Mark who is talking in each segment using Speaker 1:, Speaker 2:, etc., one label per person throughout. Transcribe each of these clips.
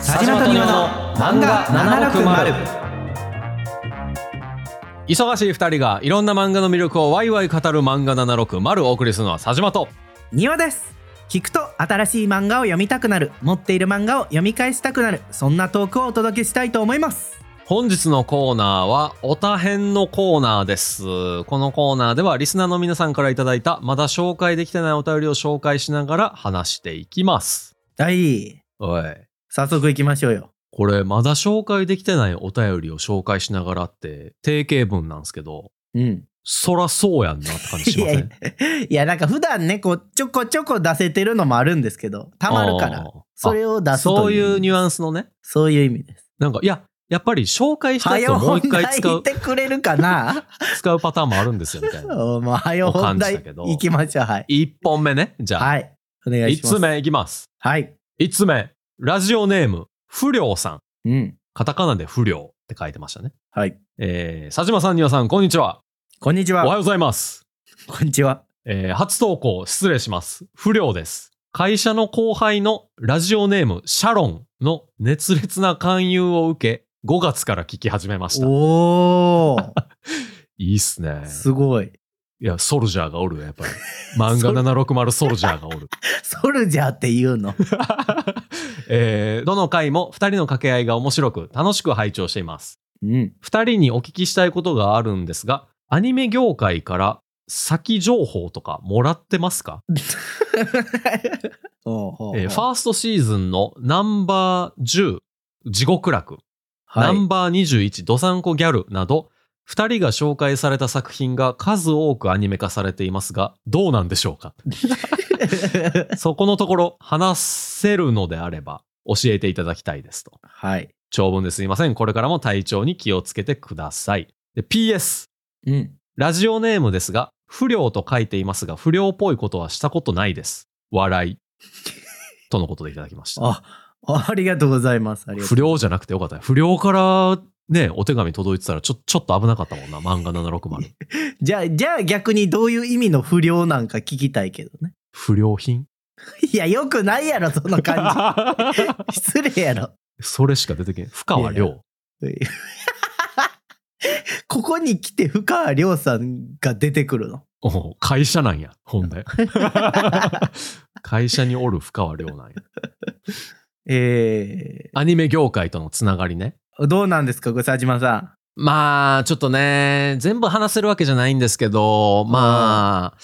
Speaker 1: 佐島と庭の漫画760
Speaker 2: 忙しい二人がいろんな漫画の魅力をワイワイ語る漫画760をお送りするのは佐島と
Speaker 3: 庭です聞くと新しい漫画を読みたくなる持っている漫画を読み返したくなるそんなトークをお届けしたいと思います
Speaker 2: 本日のコーナーはおたへんのコーナーですこのコーナーではリスナーの皆さんからいただいたまだ紹介できてないお便りを紹介しながら話していきます
Speaker 3: はい
Speaker 2: おい
Speaker 3: 早速行きましょうよ
Speaker 2: これまだ紹介できてないお便りを紹介しながらって定型文なんですけど
Speaker 3: うん
Speaker 2: そらそうやんなって感じし
Speaker 3: い
Speaker 2: ま
Speaker 3: や
Speaker 2: せ
Speaker 3: い
Speaker 2: ん
Speaker 3: やいやなんか普段ねこうちょこちょこ出せてるのもあるんですけどたまるか
Speaker 2: あ
Speaker 3: ら
Speaker 2: ー
Speaker 3: それを出す
Speaker 2: そう
Speaker 3: という
Speaker 2: いうニュ
Speaker 3: ン
Speaker 2: アンスのね
Speaker 3: スそういう意味です
Speaker 2: なんかいややっぱり紹介したや
Speaker 3: 早
Speaker 2: つ
Speaker 3: う
Speaker 2: をもう一
Speaker 3: 本
Speaker 2: 回
Speaker 3: 題
Speaker 2: 使
Speaker 3: 言っ
Speaker 2: う
Speaker 3: てくれるかな
Speaker 2: 使うパターンもあるんですよ みたいな
Speaker 3: おまあ早う本題
Speaker 2: お感じだけど
Speaker 3: 行きましょうはい
Speaker 2: 1本目ね。じゃあ、
Speaker 3: はいお願いし
Speaker 2: 一
Speaker 3: ます
Speaker 2: つ目いきます。
Speaker 3: はい
Speaker 2: 1つ目、ラジオネーム、不良さん。
Speaker 3: うん
Speaker 2: カタカナで不良って書いてましたね。
Speaker 3: はい
Speaker 2: えー、佐島さん、丹羽さん、こんにちは。
Speaker 3: こんにち
Speaker 2: おはよ
Speaker 3: は
Speaker 2: うございます。
Speaker 3: こんにちは
Speaker 2: えー、初投稿、失礼します。不良です。会社の後輩のラジオネーム、シャロンの熱烈な勧誘を受け、5月から聞き始めました。い
Speaker 3: お お
Speaker 2: いっすね。
Speaker 3: すごい
Speaker 2: いや、ソルジャーがおるよ、やっぱり。漫画760ソルジャーがお る。
Speaker 3: ソルジャーって言うの
Speaker 2: えーどの回も2人の掛け合いが面白く楽しく拝聴しています
Speaker 3: うん
Speaker 2: 2人にお聞きしたいことがあるんですがアニメ業界から先情報とかもらってますか、
Speaker 3: おうおうおう
Speaker 2: えーファーストシーズンのナンバー10地獄楽、
Speaker 3: は
Speaker 2: ナ
Speaker 3: い
Speaker 2: ンバー21どさんこギャルなど2人が紹介された作品が数多くアニメ化されていますがどうなんでしょうかそこのところ話せるのであれば教えていただきたいですと
Speaker 3: はい
Speaker 2: 長文ですいません。これからも体調に気をつけてください。で PS、
Speaker 3: うん
Speaker 2: ラジオネームですが、不良と書いていますが、不良っぽいことはしたことないです。笑い。 とのことでいただきました。
Speaker 3: あありがとうございますありがとう
Speaker 2: 不良じゃなくてよかったね。不良からね、お手紙届いてたら、ちょ、ちょっと危なかったもんな、漫画760。
Speaker 3: じゃあ、じゃあ逆にどういう意味の不良なんか聞きたいけどね。
Speaker 2: 不良品
Speaker 3: いや、よくないやろ、その感 じ。失礼やろ。
Speaker 2: それしか出てけん。深川
Speaker 3: いや
Speaker 2: 亮。
Speaker 3: ここに来て深川亮さんが出てくるの。
Speaker 2: おう会社なんや、ほんで。会社におる深川亮なんや。
Speaker 3: え
Speaker 2: アニメ業界とのつながりね。
Speaker 3: ー、どうなんですか、佐島さ
Speaker 2: まあ、ちょっとね、全部話せるわけじゃないんですけど、まあ、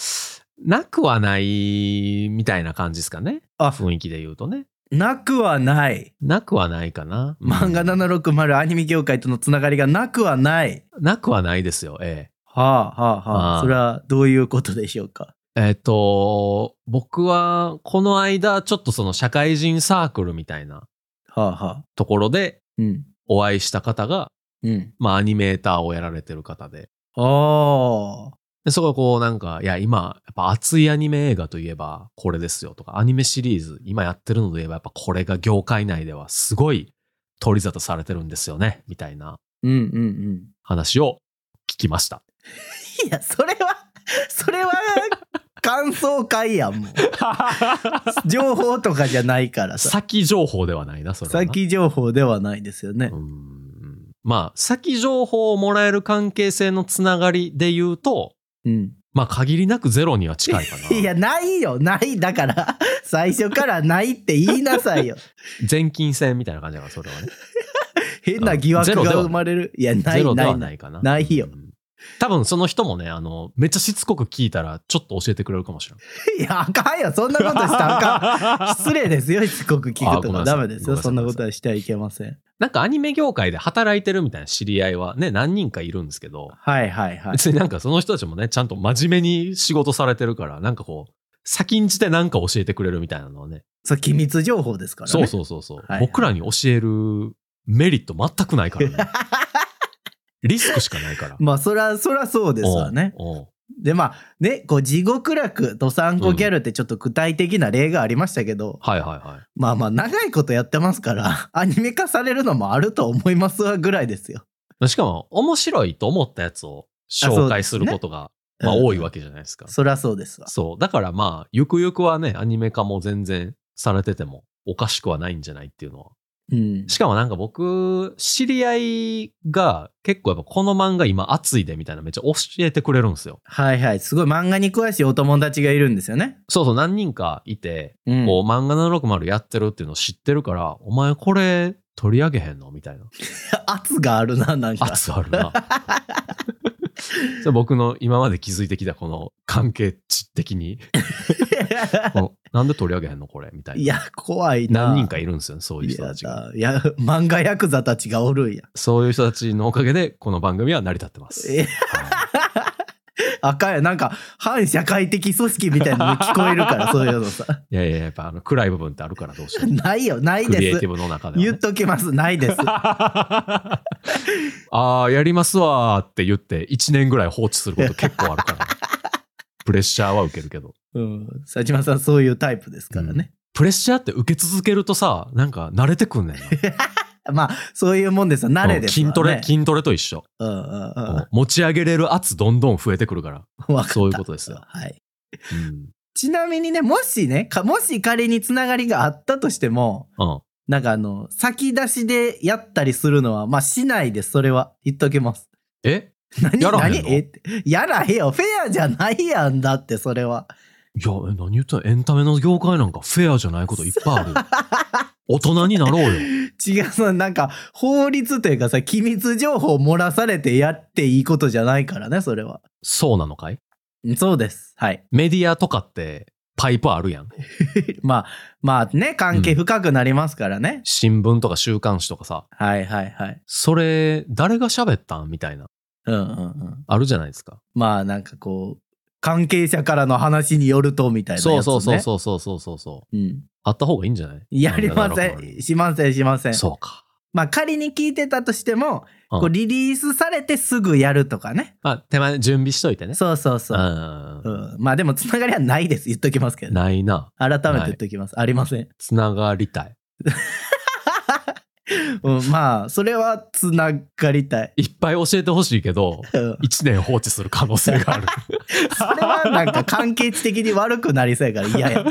Speaker 2: なくはないみたいな感じですかね。
Speaker 3: あ
Speaker 2: 雰囲気で言うとね。
Speaker 3: ん。なくはない。
Speaker 2: なくはないかな。
Speaker 3: 漫画
Speaker 2: な
Speaker 3: 760アニメ業界とのつながりがなくはない。
Speaker 2: なくはないですよ。え
Speaker 3: はあはあは
Speaker 2: あ
Speaker 3: あ。
Speaker 2: ー
Speaker 3: それはどういうことでしょうか。
Speaker 2: ええっと、僕は、この間、ちょっとその社会人サークルみたいな
Speaker 3: はあはあ。
Speaker 2: ところで
Speaker 3: うん。
Speaker 2: お会いした方が、
Speaker 3: うん。
Speaker 2: まあ、アニメーターをやられてる方で。
Speaker 3: ああ。
Speaker 2: でそこがこうなんか、いや、今、やっぱ熱いアニメ映画といえばこれですよとか、アニメシリーズ、今やってるので言えば、やっぱこれが業界内ではすごい取り沙汰されてるんですよね、みたいな
Speaker 3: うんうんうん。
Speaker 2: 話を聞きました。
Speaker 3: いや、それは、それは、感想会やん、 もう。情報とかじゃないからさ。
Speaker 2: 先情報ではないな、それはな。
Speaker 3: 先情報ではないですよね
Speaker 2: う。ん。まあ、先情報をもらえる関係性のつながりで言うと、
Speaker 3: うん。
Speaker 2: まあ、限りなくゼロには近いか な。
Speaker 3: いや、ないよ、ない。だから、最初からないって言いなさ いよ。
Speaker 2: 全金制みたいな感じだから、それはね。
Speaker 3: 変な疑惑
Speaker 2: ゼロで
Speaker 3: が
Speaker 2: はない
Speaker 3: 生まれる。いや、な
Speaker 2: ゼ
Speaker 3: い、
Speaker 2: ロで
Speaker 3: な、
Speaker 2: はいな
Speaker 3: ない。
Speaker 2: いかな。
Speaker 3: ないよ
Speaker 2: うん。多分その人もね、あの、めっちゃしつこく聞いたら、ちょっと教えてくれるかもしれない。
Speaker 3: いや、あかんよ、 そんなことしたらあ かん。失礼ですよ、しつこく聞くと
Speaker 2: あごめん
Speaker 3: か。
Speaker 2: なさい
Speaker 3: ダメです
Speaker 2: ごめ
Speaker 3: よ、
Speaker 2: んなさ
Speaker 3: そ
Speaker 2: い
Speaker 3: んなことはしてはいけません。
Speaker 2: なんかアニメ業界で働いてるみたいな知り合いはね、何人かいるんですけど、
Speaker 3: はいはいはい。
Speaker 2: 別になんかその人たちもね、ちゃんと真面目に仕事されてるから、なんかこう、先んじてなんか教えてくれるみたいなのはね、
Speaker 3: そう、機密情報ですからね。
Speaker 2: そうそうそうそう、
Speaker 3: はいはい
Speaker 2: 僕らに教えるメリット全くないか らね。リスクしかないから。
Speaker 3: まあ、そら、そらそうですわね。
Speaker 2: おう。おう
Speaker 3: でまあねこう地獄楽と産後ギャルってちょっと具体的な例がありましたけど、
Speaker 2: はいはいはい。
Speaker 3: まあまあ長いことやってますから アニメ化されるのもあると思いますわぐらいですよ。
Speaker 2: しかも、面白いと思ったやつを紹介することが、まあ、多いわけじゃないですか
Speaker 3: うん。そりゃそうですわ。
Speaker 2: そう。だからまあ、ゆくゆくはね、アニメ化も全然されててもおかしくはないんじゃないっていうのは
Speaker 3: うん。
Speaker 2: しかもなんか僕、知り合いが結構やっぱこの漫画今熱いでみたいなめっちゃ教えてくれるんですよ。
Speaker 3: はいはい。すごい漫画に詳しいお友達がいるんですよね。
Speaker 2: そうそう、何人かいて、
Speaker 3: うん
Speaker 2: こう漫画760やってるっていうのを知ってるから、お前これ取り上げへんのみたいな。
Speaker 3: 圧があるな、なんか。
Speaker 2: 圧ある な。それ僕の今まで築いてきたこの関係値 的に、このなんで取り上げへんのこれみたい
Speaker 3: い
Speaker 2: な。
Speaker 3: や、怖いな。
Speaker 2: 何人かいるんですよね、そういう人たちが。
Speaker 3: いやだいや、漫画ヤクザたちがおるんや。
Speaker 2: そういう人たちのおかげで、この番組は成り立ってます。
Speaker 3: えあかんや、なんか、反社会的組織みたいなの聞こえる から、そういうのさ。
Speaker 2: いやいや、やっぱあの暗い部分ってあるからどうしよう。
Speaker 3: ないよ、ない
Speaker 2: クリエイ
Speaker 3: で
Speaker 2: ティ
Speaker 3: す。
Speaker 2: ブの中ではね、
Speaker 3: 言っときます、ないです。
Speaker 2: ああー、やりますわーって言って、1年ぐらい放置すること結構ある から。プレッシャーは受けるけど。
Speaker 3: うん。佐島さん、そういうタイプですからね。
Speaker 2: プレッシャーって受け続けるとさ、なんか慣れてくんねんな。
Speaker 3: まあ、そういうもんですよ、慣れです
Speaker 2: 筋
Speaker 3: わね
Speaker 2: トレ、筋トレと一緒。
Speaker 3: うんうん
Speaker 2: うん持ち上げれる圧どんどん増えてくるから。
Speaker 3: うん。わかった
Speaker 2: そういうことですよ。
Speaker 3: はい。
Speaker 2: うん。
Speaker 3: ちなみにね、もしね、かもし仮につながりがあったとしても、
Speaker 2: うん。
Speaker 3: なんかあの、先出しでやったりするのは、まあ、しないです、それは。言っときます。
Speaker 2: え
Speaker 3: 何
Speaker 2: やらへんの
Speaker 3: 何えってやらへんよ。フェアじゃないやんだって、それは。
Speaker 2: いや、え何言ってんのエンタメの業界なんかフェアじゃないこといっぱいあ るよ。大人になろうよ。
Speaker 3: 違う、そのなんか、法律というかさ、機密情報漏らされてやっていいことじゃないからね、それは。
Speaker 2: そうなのかい
Speaker 3: うんそうです。はい。
Speaker 2: メディアとかってパイプあるやん。
Speaker 3: まあ、まあね、関係深くなりますからね。
Speaker 2: 新聞とか週刊誌とかさ、
Speaker 3: はいはいはい。
Speaker 2: それ誰が喋ったんみたいな、
Speaker 3: うんうんうん。
Speaker 2: あるじゃないですか。
Speaker 3: まあ、なんかこう、関係者からの話によると、みたいなやつ、ね。
Speaker 2: そうそうそうそうそうそうそうそう。
Speaker 3: う。うん。
Speaker 2: あった方がいいんじゃない
Speaker 3: やりませ。
Speaker 2: なんだろうなん
Speaker 3: しません、しません。
Speaker 2: そうか。
Speaker 3: まあ仮に聞いてたとしても、
Speaker 2: うん
Speaker 3: こうリリースされてすぐやるとかね。
Speaker 2: まあ、手前準備しといてね。
Speaker 3: そうそう
Speaker 2: う
Speaker 3: そう。
Speaker 2: ん
Speaker 3: うんまあでもつながりはないです。言っときますけど、ね、
Speaker 2: ないな。
Speaker 3: 改めて言っときます。ありません。
Speaker 2: つながりたい。
Speaker 3: うん、まあそれはつながりたい。
Speaker 2: いっぱい教えてほしいけど、
Speaker 3: うん
Speaker 2: 1年放置する可能性 がある。
Speaker 3: それはなんか関係値的に悪くなりそうやから 嫌や。
Speaker 2: い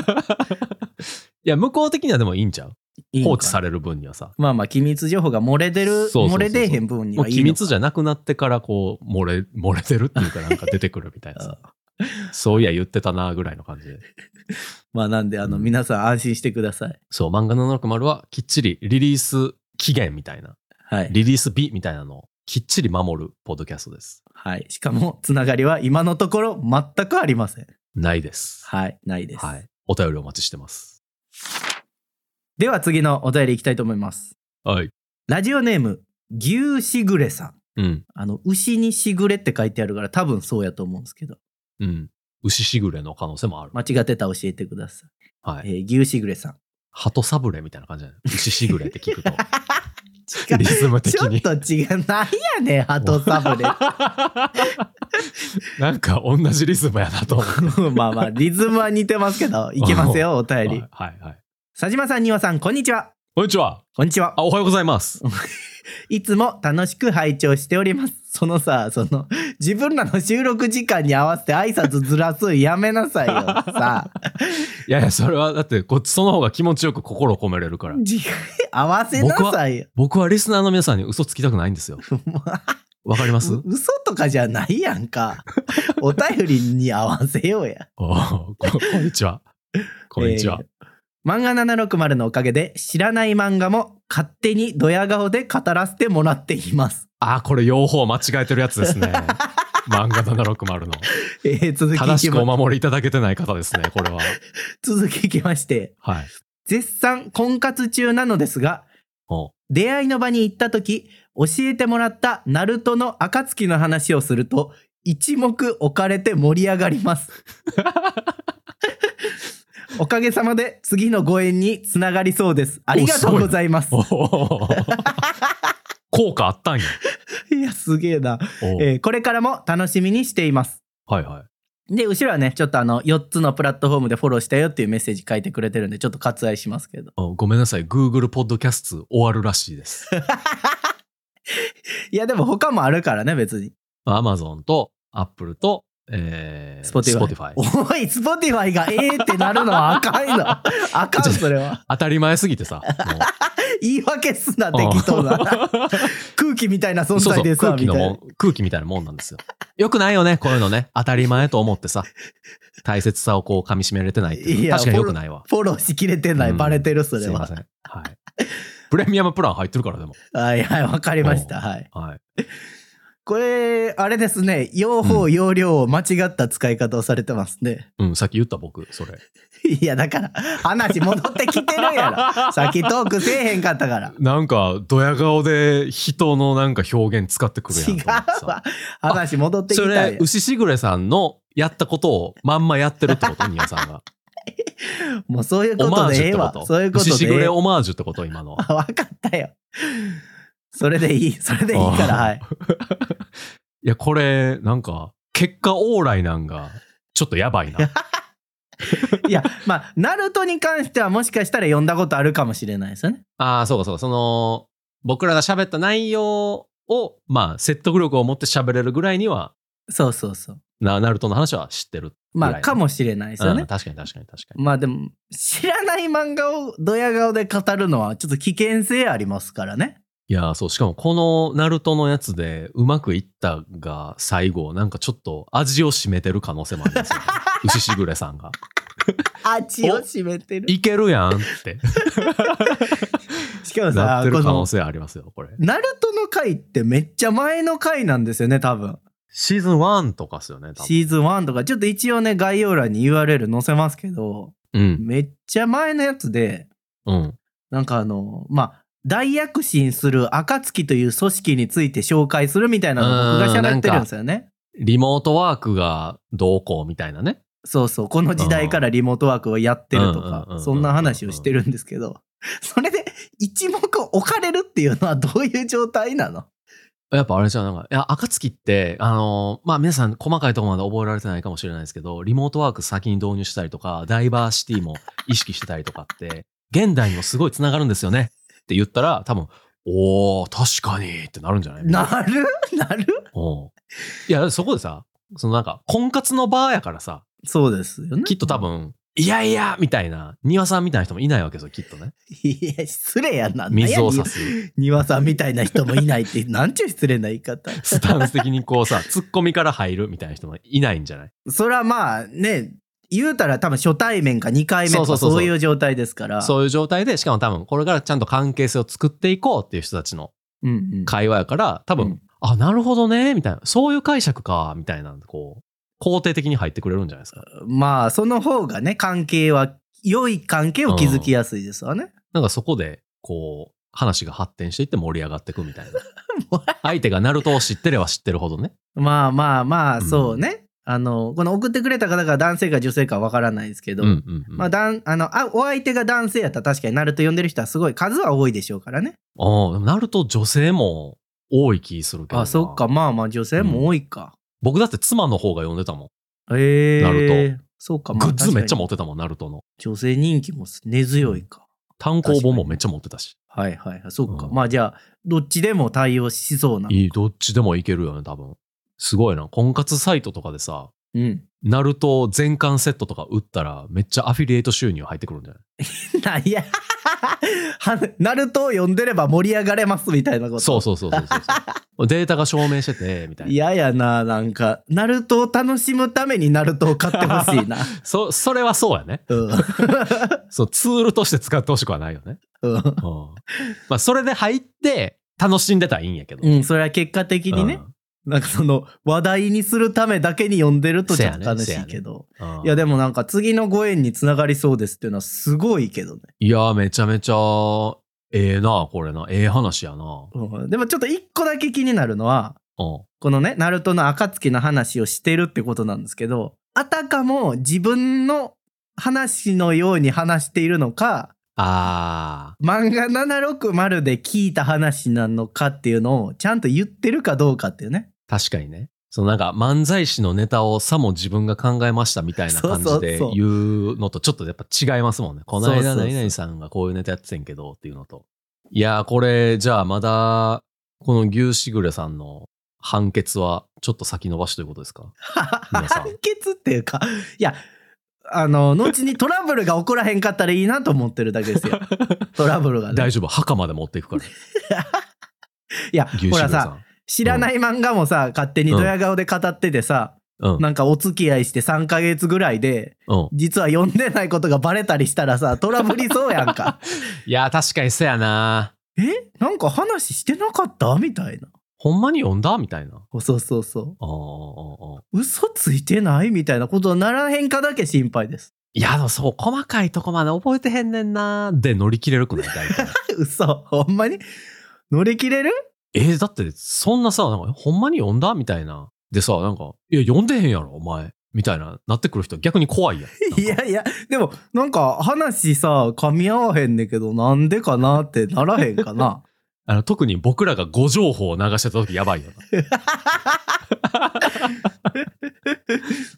Speaker 2: や、向こう的にはでもいいんちゃう
Speaker 3: いいのか
Speaker 2: 放置される分にはさ。
Speaker 3: まあまあ機密情報が漏れてる、
Speaker 2: そうそうそうそう
Speaker 3: 漏れ出えへん分に
Speaker 2: もう
Speaker 3: はいい
Speaker 2: 機
Speaker 3: の
Speaker 2: 密じ
Speaker 3: ゃ
Speaker 2: ゃなくなってからこう漏れ 漏れてるっていうかなんか出てくるみたいなさそういや言ってたなぐらいの感じで
Speaker 3: まあなんであの、
Speaker 2: うん
Speaker 3: 皆さん安心してください。
Speaker 2: そう漫画760はきっちりリリース期限みたいな
Speaker 3: はい。
Speaker 2: リリース日みたいなのをきっちり守るポッドキャストです
Speaker 3: はい。しかもつながりは今のところ全くありません。
Speaker 2: ないです
Speaker 3: はい。ないです。
Speaker 2: はいお便りお待ちしてます
Speaker 3: では次のお便りいきたいと思います。
Speaker 2: はい
Speaker 3: ラジオネーム、牛しぐれさん。
Speaker 2: うん
Speaker 3: あの、牛にしぐれって書いてあるから多分そうやと思うんですけど、
Speaker 2: うん牛しぐれの可能性もある、
Speaker 3: 間違ってたら教えてくださ。
Speaker 2: はいい
Speaker 3: えー牛しぐれさん。
Speaker 2: 鳩サブレみたいな 感じじゃない牛しぐれって聞くと
Speaker 3: 違
Speaker 2: リズム的
Speaker 3: ちょっ
Speaker 2: に
Speaker 3: と違う。なんやねん、鳩サブレ。
Speaker 2: なんか同じリズムやなと思う
Speaker 3: まあまあ、リズムは似てますけど、いけますよ、お便
Speaker 2: はい
Speaker 3: り。
Speaker 2: はいはい
Speaker 3: 佐島さん、庭さん、こんにちは。
Speaker 2: こんにちは
Speaker 3: こんにちは
Speaker 2: あ。おはようござ います
Speaker 3: いつも楽しく拝聴しております。そのさ、その、自分らの収録時間に合わせて挨拶ずらすんやめなさいよ。さあ。
Speaker 2: いやいや、それはだって、こっちその方が気持ちよく心を込めれるから。
Speaker 3: 違い合わせなさいよ。
Speaker 2: 僕はリスナーの皆さんに嘘つきたくない んですよ。わかります
Speaker 3: う嘘とかじゃないやんか。お便りに合わせようや。
Speaker 2: おーここんにちは。こんにちは。
Speaker 3: えー漫画760のおかげで知らない漫画も勝手にドヤ顔で語らせてもらっています。
Speaker 2: あー、これ用法間違えてるやつですね。漫画760の。
Speaker 3: えー続きい
Speaker 2: 正し
Speaker 3: き
Speaker 2: くお
Speaker 3: ま
Speaker 2: 守りいただけてない方ですね、これは。
Speaker 3: 続きいきまして、
Speaker 2: はい。
Speaker 3: 絶賛婚活中なのですが、
Speaker 2: お
Speaker 3: 出会いの場に行った時、教えてもらったナルトの暁の話をすると、一目置かれて盛り上がります。 おかげさまで次のご縁につながりそうです。ありがとうございます。
Speaker 2: おー 効果あったんや。
Speaker 3: いや、すげえな、
Speaker 2: おー
Speaker 3: えーこれからも楽しみにしています。
Speaker 2: はいはい。
Speaker 3: で、後ろはね、ちょっとあの、4つのプラットフォームでフォローしたよっていうメッセージ書いてくれてるんで、ちょっと割愛しますけど。
Speaker 2: あごめんなさい。Google ポッドキャスト終わるらし いです。
Speaker 3: いや、でも他もあるからね、別に。
Speaker 2: Amazon と Apple とえー、
Speaker 3: Spotify
Speaker 2: Spotify
Speaker 3: おい、スポティファイがええってなるのはあかん の。あかん、それは。
Speaker 2: 当たり前すぎてさ。もう
Speaker 3: 言い訳すな、適当だな。空気みたい な存
Speaker 2: そうそ
Speaker 3: 在
Speaker 2: う
Speaker 3: でさ、
Speaker 2: 空気
Speaker 3: み
Speaker 2: の
Speaker 3: たい
Speaker 2: も
Speaker 3: な。
Speaker 2: ん空気みたいなもんなんですよ。よくないよね、こういうのね。当たり前と思っ てさ。大切さをこう噛み締められてないっていう
Speaker 3: い
Speaker 2: の
Speaker 3: や
Speaker 2: 確かによくないわ。
Speaker 3: フォローしきれてない、
Speaker 2: うん
Speaker 3: バレてる、そ
Speaker 2: す
Speaker 3: れ
Speaker 2: いま
Speaker 3: は
Speaker 2: せ。ん。はい。プレミアムプラン入ってるからでも。
Speaker 3: はいはい、わかりました。
Speaker 2: うん
Speaker 3: はい。
Speaker 2: はい。
Speaker 3: これ、あれですね、用法、
Speaker 2: う
Speaker 3: 用量を間違った使い方をされてますね。
Speaker 2: うん、さっき言った僕、それ。
Speaker 3: いや、だから、話戻ってきてるや ろ。さっきトークせえへんかったから。
Speaker 2: なんか、ドヤ顔で人のなんか表現使ってくるやんと
Speaker 3: 違
Speaker 2: 思っ
Speaker 3: う
Speaker 2: てさ。
Speaker 3: わ。話戻ってき
Speaker 2: そ
Speaker 3: たんや
Speaker 2: れ、牛しぐれさんのやったことをまんまやってるっ てこと、ニワさんが。
Speaker 3: もうそういうこ
Speaker 2: オマ
Speaker 3: と
Speaker 2: ージ
Speaker 3: で
Speaker 2: ュっ
Speaker 3: ええ
Speaker 2: てこ
Speaker 3: わ。
Speaker 2: と。
Speaker 3: そういうこと
Speaker 2: 牛
Speaker 3: で
Speaker 2: し
Speaker 3: え
Speaker 2: ぐ
Speaker 3: え
Speaker 2: れ
Speaker 3: わ。
Speaker 2: オマージュってこと、今の。
Speaker 3: あわかったよ。それでいい。それでいいから、はい。
Speaker 2: いや、これ、なんか、結果オーライなんが、ちょっとやば いな。
Speaker 3: いや、まあ、ナルトに関してはもしかしたら読んだことあるかもしれないですよね。
Speaker 2: ああ、そうかそうか。その、僕らが喋った内容を、まあ、説得力を持って喋れるぐらいには、
Speaker 3: そうそうそう。
Speaker 2: なナルトの話は知ってる。ぐらい
Speaker 3: まあ、
Speaker 2: ね
Speaker 3: かもしれないですよ
Speaker 2: う
Speaker 3: ね
Speaker 2: ん。確かに確かに確かに。
Speaker 3: まあでも、知らない漫画をドヤ顔で語るのはちょっと危険性ありますからね。
Speaker 2: いやー、そう、しかもこのナルトのやつでうまくいったが最後、なんかちょっと味を占めてる可能性もあり ますよね。牛しぐれさんが。
Speaker 3: 味を占めてる。
Speaker 2: いけるやんって
Speaker 3: しかもさ
Speaker 2: なって、る
Speaker 3: こ
Speaker 2: 可能
Speaker 3: の、
Speaker 2: 性ありますよ、これ。
Speaker 3: ナルトの回ってめっちゃ前の回なんですよね、多分。
Speaker 2: シーズン1とかっすよね、多分。
Speaker 3: シーズン1とか、ちょっと一応ね、概要欄に URL 載せますけど、
Speaker 2: うん。
Speaker 3: めっちゃ前のやつで、
Speaker 2: うん。
Speaker 3: なんかあの、まあ、大躍進する暁という組織について紹介するみたいなのを僕が喋ってるんですよね。
Speaker 2: リモートワークがどうこうみたいなね。
Speaker 3: そうそう、この時代からリモートワークをやってると
Speaker 2: うんうんうんうんうんう
Speaker 3: か、
Speaker 2: ん
Speaker 3: そんな話をしてるんですけど、 それで一目置かれるっていうのはどういう状態なの
Speaker 2: やっぱあれじゃん、なんか、いや、暁って、あのーまあ、皆さん細かいところまで覚えられてないかもしれないですけど、リモートワーク先に導入したりとか、ダイバーシティも意識してたりとかって、現代にもすごい繋がるんですよねって言ったら、多分、おー、確かにってなるんじゃない
Speaker 3: なるなる
Speaker 2: うんいや、そこでさ、そのなんか、婚活の場やからさ、
Speaker 3: そうですよね。
Speaker 2: きっと多分、いやいやみたいな、庭さんみたいな人もいないわけですよ、きっとね。
Speaker 3: いや、失礼やな。
Speaker 2: 水を差
Speaker 3: す。
Speaker 2: す。
Speaker 3: 庭さんみたいな人もいないって、 なんちゅう失礼な言い方。
Speaker 2: スタンス的にこうさ、ツッコミから入るみたいな人もいないんじゃない
Speaker 3: それはまあね、言うたら多分初対面か2回目と
Speaker 2: そう
Speaker 3: か
Speaker 2: そうそうそう
Speaker 3: そういう状態ですから。
Speaker 2: そういう状態で、しかも多分これからちゃんと関係性を作っていこうっていう人たちの
Speaker 3: うんうん
Speaker 2: 会話やから、多分、
Speaker 3: うん
Speaker 2: あ、なるほどね、みたいな、そういう解釈か、みたいな、こう、肯定的に入ってくれるんじゃないですか。
Speaker 3: まあその方がね関係は良い関係を築きやすいですわね。
Speaker 2: なんかそこで、こう、話が発展していって盛り上がっていくみ たいな。相手がナルトを知ってれば知ってるほどね。
Speaker 3: まあまあまあ
Speaker 2: うん
Speaker 3: そうね。あのこの送ってくれた方が男性か女性かわから ないですけ
Speaker 2: う
Speaker 3: ど、
Speaker 2: んうんうん。
Speaker 3: まあ、だんあのあお相手が男性やったら確かにナルト呼んでる人はすごい数は多いでしょうからね。
Speaker 2: ああ、でもナルト女性も多い気するけどな。
Speaker 3: あそっかまあまあ女性も多いか。
Speaker 2: 僕だって妻の方が呼んでたもん。
Speaker 3: ええ
Speaker 2: ナル
Speaker 3: そうか
Speaker 2: グッズめっちゃ
Speaker 3: 確かに
Speaker 2: 持ってたもん、ナルトの。
Speaker 3: 女性人気も根強いか。
Speaker 2: 単行本もめっちゃ持ってたし。
Speaker 3: はいはいはいそっか、
Speaker 2: うん
Speaker 3: まあじゃあどっちでも対応しそうない
Speaker 2: い、どっちでもいけるよね、多分。すごいな。婚活サイトとかでさ、
Speaker 3: うん
Speaker 2: ナルト全巻セットとか売ったら、めっちゃアフィリエイト収入入ってくるんじゃない
Speaker 3: なんや、 はナルトを読んでれば盛り上がれますみたいなこと。
Speaker 2: そうそうそうそうそう そう。データが証明してて、みたいな。
Speaker 3: 嫌やな、なんか、ナルトを楽しむためにナルトを買ってほしいな。
Speaker 2: そ、それは そうやね。
Speaker 3: うん。
Speaker 2: そう、ツールとして使ってほしくはないよ ね。
Speaker 3: うん
Speaker 2: うん。まあ、それで入って、楽しんでたらいいんやけど。
Speaker 3: うん、それは結果的にね、なんかその、話題にするためだけに読んでるとちょっと悲しいけど。
Speaker 2: うん。うん
Speaker 3: いや、でもなんか次のご縁につながりそうですっていうのはすごいけどね。
Speaker 2: いやめちゃめちゃ、ええな、これな。ええ話やな。
Speaker 3: うん、でもちょっと一個だけ気になるのは、
Speaker 2: うん。
Speaker 3: このね、ナルトの暁の話をしてるってことなんですけど、あたかも自分の話のように話しているのか、
Speaker 2: あ
Speaker 3: 漫画760で聞いた話なのかっていうのをちゃんと言ってるかどうかっていうね。
Speaker 2: ー、確かにね。そのなんか漫才師のネタをさも自分が考えましたみたいな感じで
Speaker 3: そうそうそう
Speaker 2: 言うのとちょっとやっぱ違いますもんね。この
Speaker 3: そうそ
Speaker 2: 間
Speaker 3: うそう
Speaker 2: 何々さんがこういうネタやってたんけどっていうのと。いやーこれじゃあまだこの牛しぐれさんの判決はちょっと先延ばしということですか皆さん
Speaker 3: 判決っていうかいやあの後にトラブルが起こらへんかったらいいなと思ってるだけです よトラブルがね
Speaker 2: 大丈夫墓まで持って いくから
Speaker 3: いや
Speaker 2: 牛
Speaker 3: ほ
Speaker 2: 脂
Speaker 3: ら
Speaker 2: 部
Speaker 3: さ
Speaker 2: さ
Speaker 3: 知らない漫画もさ勝手にドヤ顔で語っててさ、
Speaker 2: んうん
Speaker 3: なんかお付き合いして3ヶ月ぐらいで
Speaker 2: うん
Speaker 3: 実は読んでないことがバレたりしたらさトラブりそうやんか
Speaker 2: いや確かにせやな
Speaker 3: えなんか話してなかったみたいな
Speaker 2: ほんまに読んだみたいな
Speaker 3: そうそうそ
Speaker 2: あーあーあー
Speaker 3: う嘘ついてないみたいなことはならへんかだけ心配です
Speaker 2: いやでもそう細かいとこまで覚えてへんねんなで乗り切れるくない大体
Speaker 3: 嘘ほんまに乗り切れる
Speaker 2: えーだってそんなさなんかほんまに読んだみたいなでさなんか「いや読んでへんやろお前」みたいななってくる人逆に怖いやんなん か
Speaker 3: いやいや、でもなんか話さ、噛み合わへんねんけど、なんでかなってならへんか な。
Speaker 2: あの特に僕らが誤情報を流してた時やばいよな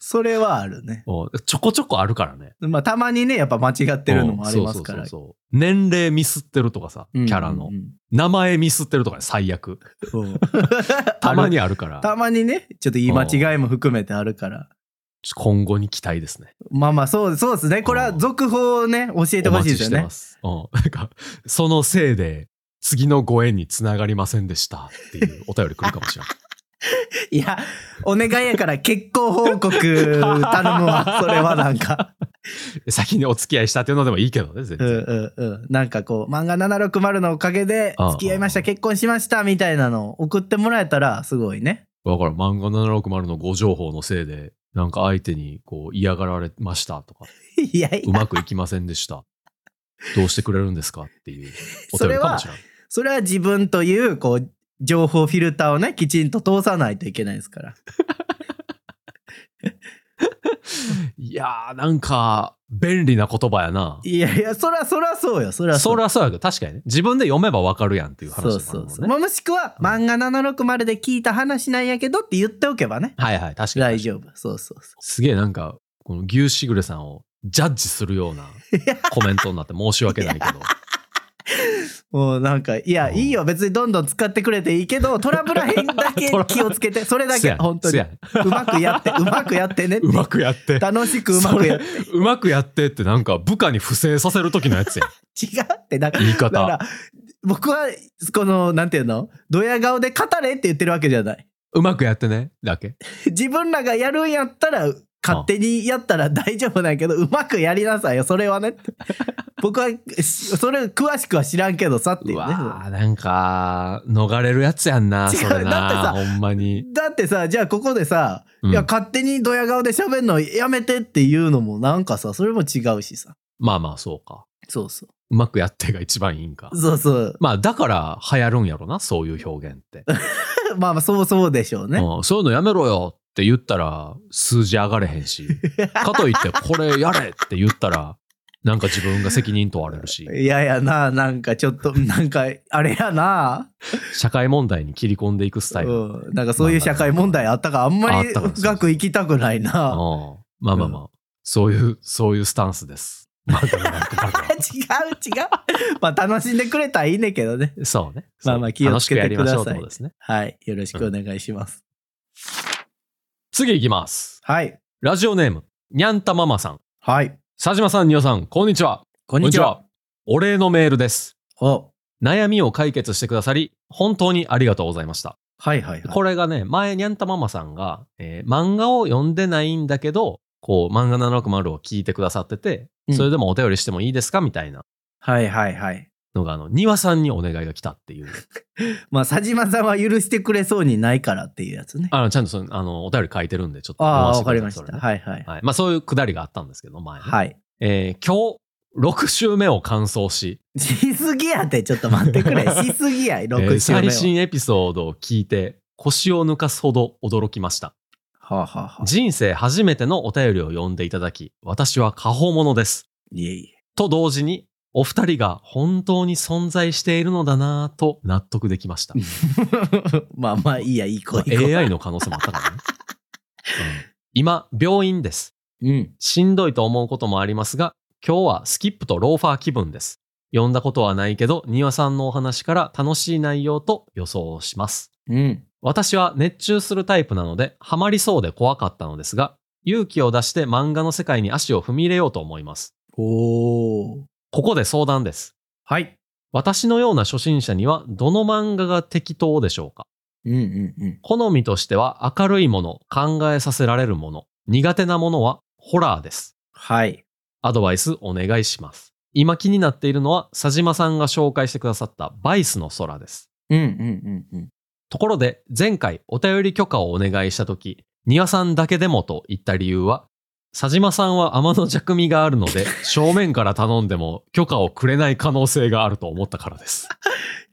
Speaker 3: それはあるね。
Speaker 2: おちょこちょこあるからね
Speaker 3: まあたまにね、やっぱ間違ってるのもありますか
Speaker 2: う
Speaker 3: ら
Speaker 2: ん。そうそうそうそう年齢ミスってるとかさキ
Speaker 3: うん
Speaker 2: ャラの、
Speaker 3: うん
Speaker 2: 名前ミスってるとか最 悪
Speaker 3: うんそう
Speaker 2: たまにあるから
Speaker 3: たまにね、ちょっと言い間違いも含めてあるから。
Speaker 2: 今後に期待ですね
Speaker 3: まあまあ、そう、そうですね。これは続報をね、教えて
Speaker 2: お
Speaker 3: ほしい
Speaker 2: 待
Speaker 3: です
Speaker 2: ちし
Speaker 3: よ
Speaker 2: て
Speaker 3: ね
Speaker 2: ま。す、うん、なんかそのせいで次のご縁につながりませんでしたっていうお便り来るかもしれない
Speaker 3: いや、お願いやから結婚報告頼む わ。それはなんか。
Speaker 2: 先にお付き合いしたっていうのでもいいけどね全
Speaker 3: うん
Speaker 2: 然、
Speaker 3: うんうん、なんかこう漫画760のおかげで
Speaker 2: ああ
Speaker 3: 付き合いました
Speaker 2: ああ
Speaker 3: 結婚しましたみたいなのを送ってもらえたらすごいね
Speaker 2: だから漫画760のご情報のせいでなんか相手にこう嫌がられましたとか
Speaker 3: いやいうや
Speaker 2: まくいきませんでしたどうしてくれるんですかっていうお便りかもしれない
Speaker 3: それは自分というこう情報フィルターをねきちんと通さないといけないですから
Speaker 2: いやーなんか便利な言葉やない
Speaker 3: やいやそらそらそうよそら
Speaker 2: そ
Speaker 3: ら
Speaker 2: らそうやけど確かにね自分で読めばわかるやんっていう話
Speaker 3: そ
Speaker 2: もあ
Speaker 3: う
Speaker 2: るも
Speaker 3: そ
Speaker 2: ん
Speaker 3: う
Speaker 2: ね
Speaker 3: そうまあもしくは
Speaker 2: うん
Speaker 3: 漫画760で聞いた話なんやけどって言っておけばね
Speaker 2: はいはい確か
Speaker 3: 大
Speaker 2: に
Speaker 3: 丈夫そうそうそ
Speaker 2: すげえなんかこの牛しぐれさんをジャッジするようなコメントになって申し訳ないけど
Speaker 3: うもうなんかいや
Speaker 2: うん
Speaker 3: いいよ別にどんどん使ってくれていいけどトラブらへ んだけ気をつけてそれだ
Speaker 2: せ
Speaker 3: け
Speaker 2: やねん
Speaker 3: 本当
Speaker 2: せ
Speaker 3: に
Speaker 2: やねん
Speaker 3: うまく やって、うまくやってねって
Speaker 2: うまくやって
Speaker 3: 楽しくうまくやって。
Speaker 2: それうまくやってってなんか部下に不正させる時のやつやん
Speaker 3: 違うって、だか
Speaker 2: 言い
Speaker 3: ら、だか
Speaker 2: 方
Speaker 3: ら僕は、この、なんていうのドヤ顔で語れって言ってるわけじゃない。
Speaker 2: うまくやってねだけ
Speaker 3: 自分らがやるんやったら、勝手にやったら大丈夫なんやけど、うまくやりなさいよ、それはね。僕は、しそれ、詳しくは知らんけどさっていううね。
Speaker 2: わーなんか逃れるやつやんな
Speaker 3: 違う
Speaker 2: そ
Speaker 3: だ
Speaker 2: れな
Speaker 3: って
Speaker 2: ほんまに、
Speaker 3: だってさ、じゃあここでさ、
Speaker 2: うん
Speaker 3: いや、勝手にドヤ顔で喋るのやめてっていうのもなんかさ、それも違うしさ。
Speaker 2: まあまあそうか
Speaker 3: そうそう
Speaker 2: まくやってが一番いいんか
Speaker 3: う。そうそう。
Speaker 2: まあだから流行るんやろなそういう表現って、
Speaker 3: まあまあ、そうそうでしょうね。
Speaker 2: うん、そういうのやめろよって言ったら数字上がれへ んしかといってこれやれって言ったらなんか自分が責任問われるし
Speaker 3: いややな、なんかちょっと、 なんか、あれやな、
Speaker 2: 社会問題に切り込んでいくスタイル、うん
Speaker 3: うん、なんかそういう社会問題あったから、あんまり
Speaker 2: あったからそうそう
Speaker 3: 深く行きたくないな。
Speaker 2: まあまあまあ、そういうそういうスタンスですまあでもなんかまあま
Speaker 3: 違う違う。 まあ楽しんでくれたらいいねんけどね。
Speaker 2: あそうね
Speaker 3: まあまあ気をつけてください
Speaker 2: 楽しくやりましょうってことですね
Speaker 3: はい。よろしくお願いします。
Speaker 2: 次いきます
Speaker 3: はい。
Speaker 2: ラジオネームにゃんたママさん
Speaker 3: はい。
Speaker 2: 佐島さんにおさんこんにちは
Speaker 3: こんにちは。
Speaker 2: お礼のメールです
Speaker 3: お
Speaker 2: 悩みを解決してくださり、本当にありがとうございました。
Speaker 3: はいはいはい。
Speaker 2: これがね、前、にゃんたママさんが、えー漫画を読んでないんだけど、こう、漫画760を聞いてくださってて
Speaker 3: う、ん
Speaker 2: それでもお便りしてもいいですかみたいな
Speaker 3: はいはいはい。
Speaker 2: のが、あの、庭さんにお願いが来たっていう。
Speaker 3: まあ、佐島さんは許してくれそうにないからっていうやつね。
Speaker 2: あの、ちゃんとその、あの、お便り書いてるんで、ちょっと
Speaker 3: ああ、わ
Speaker 2: 読
Speaker 3: かり
Speaker 2: せ
Speaker 3: ま
Speaker 2: て
Speaker 3: し
Speaker 2: ください
Speaker 3: た。
Speaker 2: それ
Speaker 3: は
Speaker 2: ね
Speaker 3: いはい。
Speaker 2: はい。まあ、そういうくだりがあったんですけど、前ね、
Speaker 3: はい。
Speaker 2: えー今日、6週目を完走し、
Speaker 3: しすぎやって、ちょっと待ってくれ。 しすぎやい、
Speaker 2: えー
Speaker 3: 6週目は。
Speaker 2: 最新エピソードを聞いて、腰を抜かすほど驚きました。
Speaker 3: はあはあはあ。
Speaker 2: 人生初めてのお便りを読んでいただき、私は過保者です。
Speaker 3: いえいえ。
Speaker 2: と同時に、お二人が本当に存在しているのだなぁと納得で きました。
Speaker 3: まあまあいいや、いい子、
Speaker 2: ま
Speaker 3: い
Speaker 2: あ
Speaker 3: い子。
Speaker 2: AI の可能性もあったからね。うん今、病院です。
Speaker 3: うん。
Speaker 2: しんどいと思うこともありますが、今日はスキップとローファー気分です。読んだことはないけど、庭さんのお話から楽しい内容と予想します。
Speaker 3: うん。
Speaker 2: 私は熱中するタイプなので、ハマりそうで怖かったのですが、勇気を出して漫画の世界に足を踏み入れようと思います。
Speaker 3: おー。
Speaker 2: ここで相談です。
Speaker 3: はい。
Speaker 2: 私のような初心者にはどの漫画が適当でしょうか
Speaker 3: うんうんうん。
Speaker 2: 好みとしては明るいもの、考えさせられるもの、苦手なものはホラーです。
Speaker 3: はい。
Speaker 2: アドバイスお願いします。今気になっているのは佐島さんが紹介してくださったバイスの空です。
Speaker 3: うんうんうんうん。
Speaker 2: ところで前回お便り許可をお願いした時、庭さんだけでもと言った理由は、佐島さんは天の弱みがあるので、正面から頼んでも許可をくれない可能性があると思ったからです。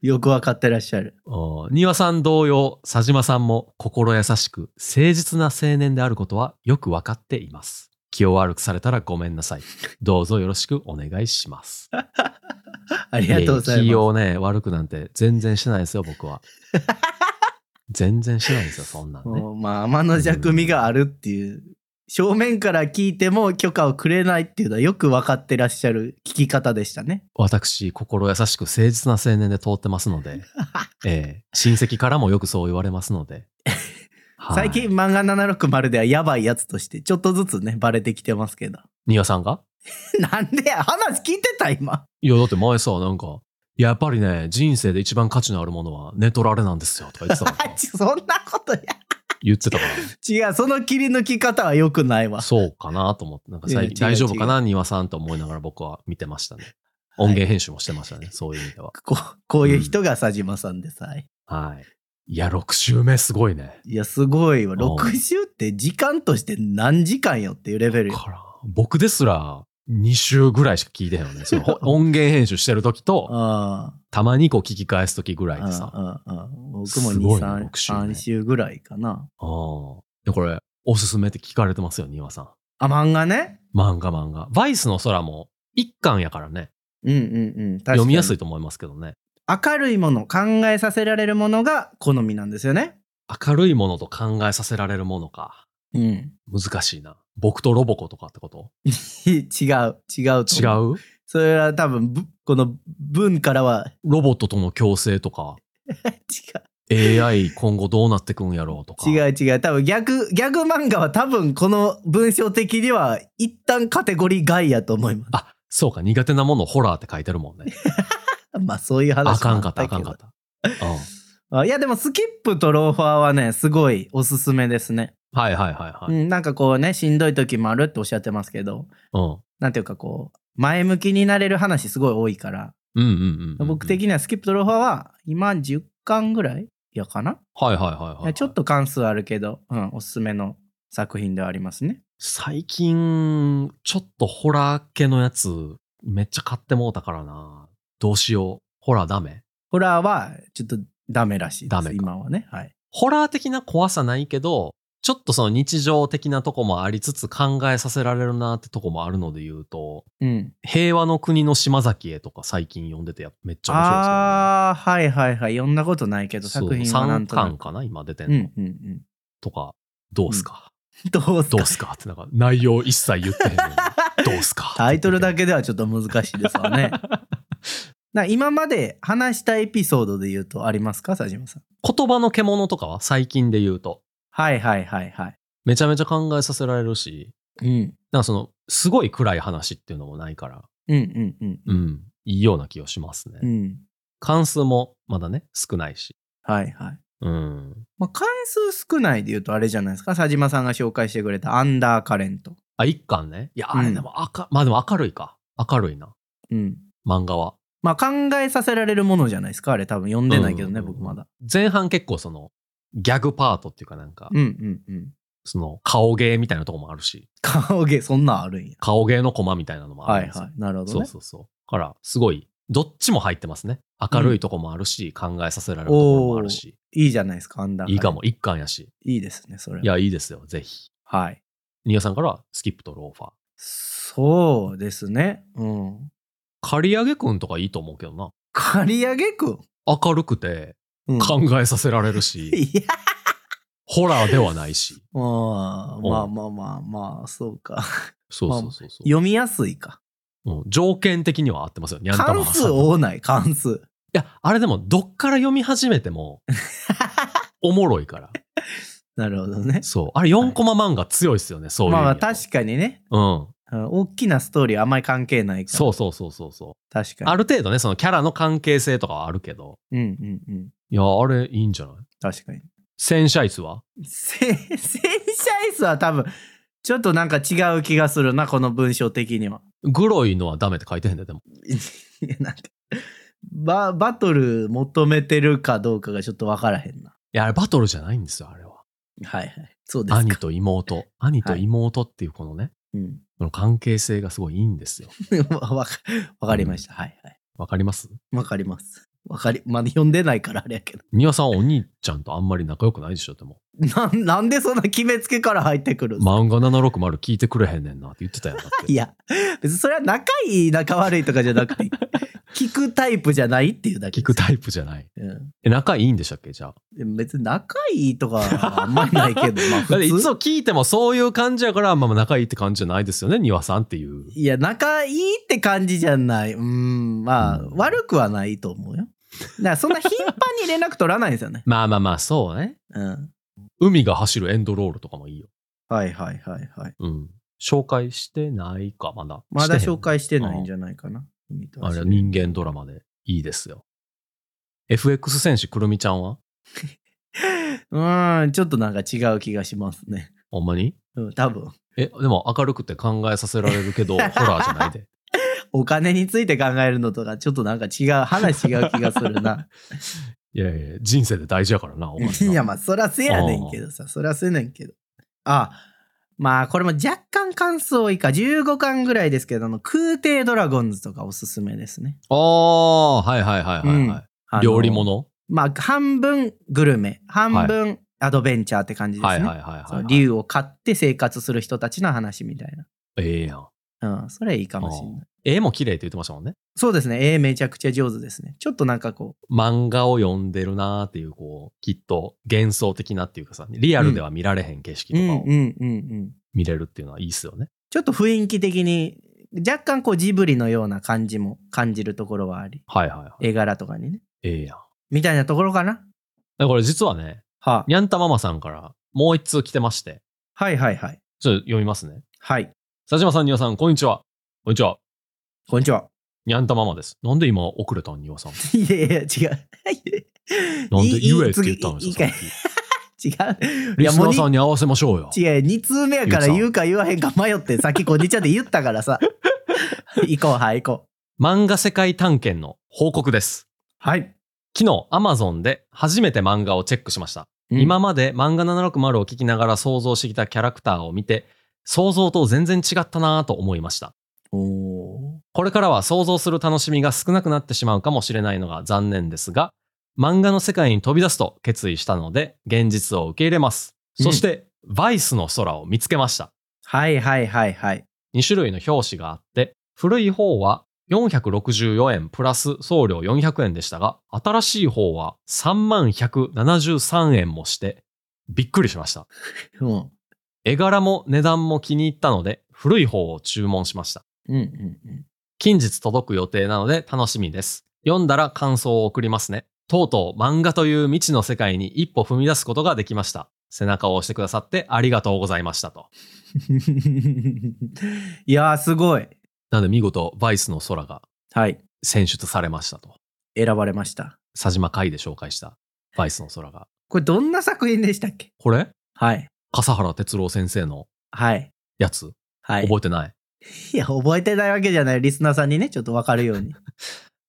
Speaker 3: よくわかってらっしゃる。
Speaker 2: うん庭さん同様、佐島さんも心優しく誠実な青年であることはよくわかっています。気を悪くされたらごめんなさい。どうぞよろしくお願いします。
Speaker 3: ありがとうございます。
Speaker 2: 気をね、悪くなんて全然してないですよ、 僕は。全然してないですよ、そんなんね。
Speaker 3: もうまあ、天の弱みがあるっていう。正面から聞いても許可をくれないっていうのはよく分かってらっしゃる聞き方でしたね。
Speaker 2: 私、心優しく誠実な青年で通ってます ので、ええ親戚からもよくそう言われます ので。はい
Speaker 3: 最近、漫画760ではやばいやつとして、ちょっとずつね、バレてきてますけ ど。
Speaker 2: 庭さんが
Speaker 3: なんでや話聞いてた今。
Speaker 2: いや、だって前さ、なんか、やっぱりね、人生で一番価値のあるものは寝取られなんですよ、とか 言ってたから
Speaker 3: ちそんなこと
Speaker 2: 言ってた か
Speaker 3: や。違 う、その切り抜き方は良くないわ
Speaker 2: ら、。そうかなと思って、なんか
Speaker 3: いや
Speaker 2: 最
Speaker 3: 違う
Speaker 2: 近大丈夫かな、庭さんと思いながら僕は見てましたね。音源編集もしてましたね、そういう意味では。
Speaker 3: こうこういう人が佐島さんでさ。
Speaker 2: はい。いや、6週目すごいね。
Speaker 3: いや、すごいわ。
Speaker 2: うん
Speaker 3: 60って時間として何時間よっていうレベルよ。
Speaker 2: から僕ですら2週ぐらいしか聞いてへんよね。その ほ音源編集してる時と、
Speaker 3: あ
Speaker 2: たまにこう聞き返す時ぐらいでさ。
Speaker 3: あ、ああ、僕も
Speaker 2: すごい
Speaker 3: 2、
Speaker 2: な
Speaker 3: 3
Speaker 2: 六週ね
Speaker 3: 三週ぐらいかな。
Speaker 2: うんで、これ、おすすめって聞かれてますよ、庭さ
Speaker 3: あ、漫画ね。
Speaker 2: ん。漫画漫画。バイスの空も一巻やからね、
Speaker 3: うんうんうん。確かに
Speaker 2: 読みやすい。と思いますけどね。
Speaker 3: 明るいもの、考えさせられるものが好みなんですよね。
Speaker 2: 明るいものと考えさせられるものか。
Speaker 3: うん。
Speaker 2: 難しいな。僕とロボコとかってこと
Speaker 3: 違う、違うと
Speaker 2: 違
Speaker 3: う。
Speaker 2: う
Speaker 3: それは多分、ぶこの文からは
Speaker 2: ロボットとの共生とか、
Speaker 3: 違
Speaker 2: AI 今後どうなってくんやろうとか。
Speaker 3: う。違う違う。多分ギャグ、ギャグ漫画は多分この文章的には一旦カテゴリー外やと思います。
Speaker 2: あ、そうか、苦手なものホラーって書いてる もんね。
Speaker 3: まあそういう話も
Speaker 2: あかんかった、
Speaker 3: あ
Speaker 2: あ
Speaker 3: け
Speaker 2: か
Speaker 3: ど
Speaker 2: んかった。うん。
Speaker 3: あいやでもスキップとローファーはねすごいおすすめですね、
Speaker 2: はいはいはいはい。
Speaker 3: うん、なんかこうねしんどい時もあるっておっしゃってますけど
Speaker 2: うん。
Speaker 3: なんていうかこう前向きになれる話すごい多いから、
Speaker 2: うんうんうんうん。
Speaker 3: 僕的にはスキップとローファーは今10巻ぐらいやかな、
Speaker 2: はいはいはいはいい。
Speaker 3: やちょっ。と関数あるけど、うん、おすすめの作品ではありますね
Speaker 2: 最近、ちょっとホラー系のやつ、めっちゃ買ってもうたからな。どうしよう。ホラーダメ
Speaker 3: ホラーはちょっとダメらしいで
Speaker 2: ダ
Speaker 3: す
Speaker 2: メか
Speaker 3: 今はねはい
Speaker 2: ホラー的な怖さないけど、ちょっとその日常的なとこもありつつ考えさせられるなってとこもあるので言うと、
Speaker 3: うん、
Speaker 2: 平和の国の島崎へとか最近読んでてやめっちゃ面白いですよね。
Speaker 3: ああーはいはいはい読んだことないけど
Speaker 2: そう
Speaker 3: 作品はなん
Speaker 2: 3
Speaker 3: とな
Speaker 2: 巻
Speaker 3: く
Speaker 2: かな今出てん
Speaker 3: うん
Speaker 2: の、
Speaker 3: うんうん
Speaker 2: とか、どうすか、
Speaker 3: どうす
Speaker 2: ど
Speaker 3: か
Speaker 2: うすかってなんか内容一切言ってへんのにどうす か
Speaker 3: タイトルだ
Speaker 2: け。
Speaker 3: けではちょっと難しいですわね。な今まで話したエピソードで言うとありますか佐島さん。
Speaker 2: 言葉の獣とかは最近で言うと、
Speaker 3: はいはいはいはい。
Speaker 2: めちゃめちゃ考えさせられるし、
Speaker 3: うん。
Speaker 2: なんかその、すごい暗い話っていうのもないから、
Speaker 3: うんうんうん。
Speaker 2: うん、いいような気がしますね。
Speaker 3: うん。
Speaker 2: 関数もまだね、少ないし。
Speaker 3: はいはい。
Speaker 2: うん。
Speaker 3: まあ、関数少ないで言うとあれじゃないですか佐島さんが紹介してくれた「アンダーカレント
Speaker 2: あ、一巻ね。いや、
Speaker 3: うん
Speaker 2: あれでも明、まあでも明るいか。明るいな。」
Speaker 3: うん
Speaker 2: 漫画は。
Speaker 3: まあ考えさせられるものじゃないですかあれ多分読んでないけどね、
Speaker 2: うん
Speaker 3: 僕まだ
Speaker 2: 前半結構その、ギャグパートっていうかなんか、
Speaker 3: うんうんうん
Speaker 2: その、顔芸みたいなとこもあるし、
Speaker 3: 顔芸そんなんあるんや
Speaker 2: 顔芸のコマみたいなのもあ
Speaker 3: は
Speaker 2: る
Speaker 3: い
Speaker 2: んですよ。
Speaker 3: はいなるほど
Speaker 2: そう
Speaker 3: ね
Speaker 2: そうそう。だから、すごい、どっちも入ってますね。明るいとこもあるし、考えさせられるところもあるし、
Speaker 3: いいじゃないですかアンダーカレ
Speaker 2: い
Speaker 3: ン
Speaker 2: い
Speaker 3: ト
Speaker 2: かも、一巻やし。
Speaker 3: いいですねそれはい
Speaker 2: や、いいですよ、ぜひ。
Speaker 3: はい
Speaker 2: ニアさんからはスキップとローファー。
Speaker 3: そうですね。うん。
Speaker 2: 刈り上げくんとかいいと思うけどな。
Speaker 3: 刈り上げく、
Speaker 2: 明るくて、
Speaker 3: うん、
Speaker 2: 考えさせられるし、
Speaker 3: いや、
Speaker 2: ホラーではないし。
Speaker 3: まあ
Speaker 2: うん
Speaker 3: まあまあまあまあ、そうか。
Speaker 2: そうそうそうそう、
Speaker 3: 読みやすいか。
Speaker 2: うん条件的には合ってますよ、ニャンタマ
Speaker 3: 関
Speaker 2: ハ
Speaker 3: 数
Speaker 2: さん。い
Speaker 3: 多ない、関数。
Speaker 2: や、あれでも、どっから読み始めても、おもろいから。
Speaker 3: なるほどね。
Speaker 2: そう。あれ4コマ漫画強いっすよね、そういう意
Speaker 3: まあ
Speaker 2: 味
Speaker 3: まあ
Speaker 2: で。
Speaker 3: 確かにね、
Speaker 2: うん。
Speaker 3: あの大きなストーリーはあんまり関係ないから。
Speaker 2: そうそうそうそうそう。
Speaker 3: 確かに。
Speaker 2: ある程度ね、そのキャラの関係性とかはあるけど。
Speaker 3: うんうんうん。
Speaker 2: いや、あれいいんじゃない
Speaker 3: 確かに。
Speaker 2: 戦車椅子は
Speaker 3: せ洗車椅子は多分、ちょっとなんか違う気がするな、この文章的には。
Speaker 2: グロいのはダメって書いてへんで、でも。
Speaker 3: いやなんかバ、バトル求めてるかどうかがちょっとわからへんな。
Speaker 2: いや、あれバトルじゃないんですよ、あれは。
Speaker 3: はいはい。そうです
Speaker 2: 兄
Speaker 3: か。
Speaker 2: と妹。兄と妹っていうこのね、
Speaker 3: うん。
Speaker 2: この関係性がすごいいいんですよ。
Speaker 3: わわかわかりました。はいはい。
Speaker 2: わかります
Speaker 3: わかります。わかり、まだ読んでないからあれやけど。
Speaker 2: 丹羽さんお兄ちゃんとあんまり仲良くないでしょ、でも。
Speaker 3: なんなんでそんな決めつけから入ってくるんですか
Speaker 2: 漫画760聞いてくれへんねんなって言ってたよなっ て。
Speaker 3: いや、別にそれは仲いい、仲悪いとかじゃなく て、聞くタイプじゃないっていうだけ
Speaker 2: 聞
Speaker 3: です。
Speaker 2: くタイプじゃない。
Speaker 3: うん
Speaker 2: え、仲いいんでしたっけじゃあ。
Speaker 3: でも別に仲いいとかはあんまりないけど、まあ
Speaker 2: だってい
Speaker 3: 普
Speaker 2: つ
Speaker 3: 通。
Speaker 2: も聞いてもそういう感じやから、まあまあ仲いいって感じじゃないですよね、丹羽さんっていう。
Speaker 3: いや、仲いいって感じじゃない。うーん、まあ、
Speaker 2: うん。
Speaker 3: 悪くはないと思うよ。だからそんな頻繁に連絡取らないんですよね
Speaker 2: まあまあまあ、そうね。
Speaker 3: うん。
Speaker 2: 海が走るエンドロールとかもいいよ。
Speaker 3: はいはいはいはい。
Speaker 2: うん。紹介してないか、まだ。
Speaker 3: まだ
Speaker 2: してへん
Speaker 3: 紹介してないんじゃないかな。海と
Speaker 2: あれは
Speaker 3: 足
Speaker 2: 人間ドラマでいいですよ。FX 戦士くるみちゃんは
Speaker 3: うーん、ちょっとなんか違う気がしますね。
Speaker 2: ほんまに
Speaker 3: うん、多分。
Speaker 2: え、でも明るくて考えさせられるけ ど、ホラーじゃないで。
Speaker 3: お金について考えるのとか、ちょっとなんか違う、話違う気がする な。
Speaker 2: いやいや、人生で大事やからな、お金はい
Speaker 3: やまあそらせやねんけどさそらせねんけどあまあこれも若干感想以下15巻ぐらいですけどあの空挺ドラゴンズとかおすすめですね
Speaker 2: ああ、はいはいはいはい、はい
Speaker 3: あの
Speaker 2: 料理物
Speaker 3: まあ半分グルメ半分アドベンチャーって感じですね、
Speaker 2: はいはいはい
Speaker 3: そ
Speaker 2: は
Speaker 3: の
Speaker 2: い。
Speaker 3: 竜を買って生活する人たちの話みたい
Speaker 2: ええやん。
Speaker 3: なうんそれいいかもしれない
Speaker 2: 絵も綺麗って言ってましたもんね。
Speaker 3: そうですね絵めちゃくちゃ上手ですねちょっとなんかこう
Speaker 2: 漫画を読んでるなーっていう、こう、きっと幻想的なっていうかさ、リアルでは見られへん景色
Speaker 3: う
Speaker 2: と
Speaker 3: ん
Speaker 2: か
Speaker 3: う
Speaker 2: を
Speaker 3: んうんうん
Speaker 2: 見れるっていうのはいいっすよね。
Speaker 3: ちょっと雰囲気的に若干こうジブリのような感じも感じるところはあり
Speaker 2: はいはいはい。
Speaker 3: 絵柄とかにね。
Speaker 2: ええやん。
Speaker 3: みたいなところかな。
Speaker 2: でこれ実はね、
Speaker 3: は
Speaker 2: にゃんたママさんからもう一通来てまして、
Speaker 3: あ、はいはいはい。
Speaker 2: ちょっと読みますね。
Speaker 3: はい。
Speaker 2: 佐島さん、丹羽さん、こんにちは。こんにちは。
Speaker 3: こんにちは。
Speaker 2: にゃんたママです。なんで今遅れたん、丹羽さん。
Speaker 3: いやいや、違う。
Speaker 2: なんで
Speaker 3: いい
Speaker 2: 言えって言ったんで
Speaker 3: いい
Speaker 2: す
Speaker 3: か
Speaker 2: よ、
Speaker 3: い
Speaker 2: さっき
Speaker 3: 違う。い
Speaker 2: リ
Speaker 3: や、
Speaker 2: ス
Speaker 3: も
Speaker 2: ナ
Speaker 3: う
Speaker 2: ー
Speaker 3: に
Speaker 2: さんに合わせましょうよ。
Speaker 3: 違う、2通目やから
Speaker 2: ゆうさん
Speaker 3: 言うか言わへんか迷って、さっきこんにちはって言ったからさ。 行こう、はい、行こう。
Speaker 2: 漫画世界探検の報告です。
Speaker 3: はい。
Speaker 2: 昨日、Amazon で初めて漫画をチェックしました。今まで漫画760を聞きながら想像してきたキャラクターを見て、想像と全然違ったなぁと思いました。
Speaker 3: おー
Speaker 2: これからは想像する楽しみが少なくなってしまうかもしれないのが残念ですが、漫画の世界に飛び出すと決意したので、現実を受け入れます。そして、バイスの空を見つけました。
Speaker 3: はいはいはいはい。
Speaker 2: 2種類の表紙があって、古い方は464円プラス送料400円でしたが、新しい方は3173円もして、びっくりしました。
Speaker 3: うん。うん
Speaker 2: 絵柄も値段も気に入ったので、古い方を注文しました。
Speaker 3: うんうん。
Speaker 2: 近日届く予定なので楽しみです。読んだら感想を送りますね。とうとう漫画という未知の世界に一歩踏み出すことができました。背中を押してくださってありがとうございましたと。
Speaker 3: いやー、すごい。
Speaker 2: なので見事、バイスの空が
Speaker 3: はい。
Speaker 2: 選出されましたと。
Speaker 3: 選ばれました。
Speaker 2: 佐島会で紹介したバイスの空が。
Speaker 3: これ、どんな作品でしたっけ
Speaker 2: これ
Speaker 3: はい。
Speaker 2: 笠原哲郎先生の
Speaker 3: はい。
Speaker 2: やつ
Speaker 3: はい。
Speaker 2: 覚えてない、
Speaker 3: いや、覚えてないわけじゃない。リスナーさんにね、ちょっとわかるように。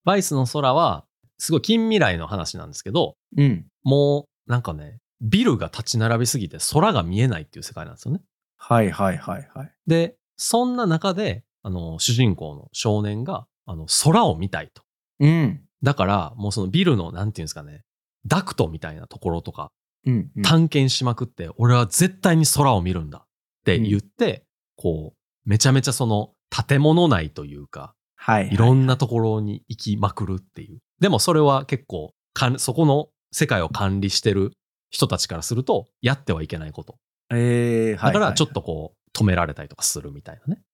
Speaker 2: バイスの空は、すごい近未来の話なんですけど、
Speaker 3: うん。
Speaker 2: もうなんかね、ビルが立ち並びすぎて空が見えないっていう世界なんですよね。
Speaker 3: はいはいはいはい。
Speaker 2: で、そんな中で、あの、主人公の少年が、あの、空を見たいと。
Speaker 3: うん。
Speaker 2: だから、もうそのビルの、なんていうんですかね、ダクトみたいなところとか、
Speaker 3: うん、うん。
Speaker 2: 探検しまくって、俺は絶対に空を見るんだって言って、こう、めちゃめちゃその、建物内というか、
Speaker 3: はい。
Speaker 2: いろんなところに行きまくるっていう。でもそれは結構、かんそこの世界を管理してる人たちからすると、やってはいけないこと。
Speaker 3: えー、は
Speaker 2: だ
Speaker 3: い。
Speaker 2: からちょ
Speaker 3: と。
Speaker 2: っとこう、止められたりとかするみたいなね。っ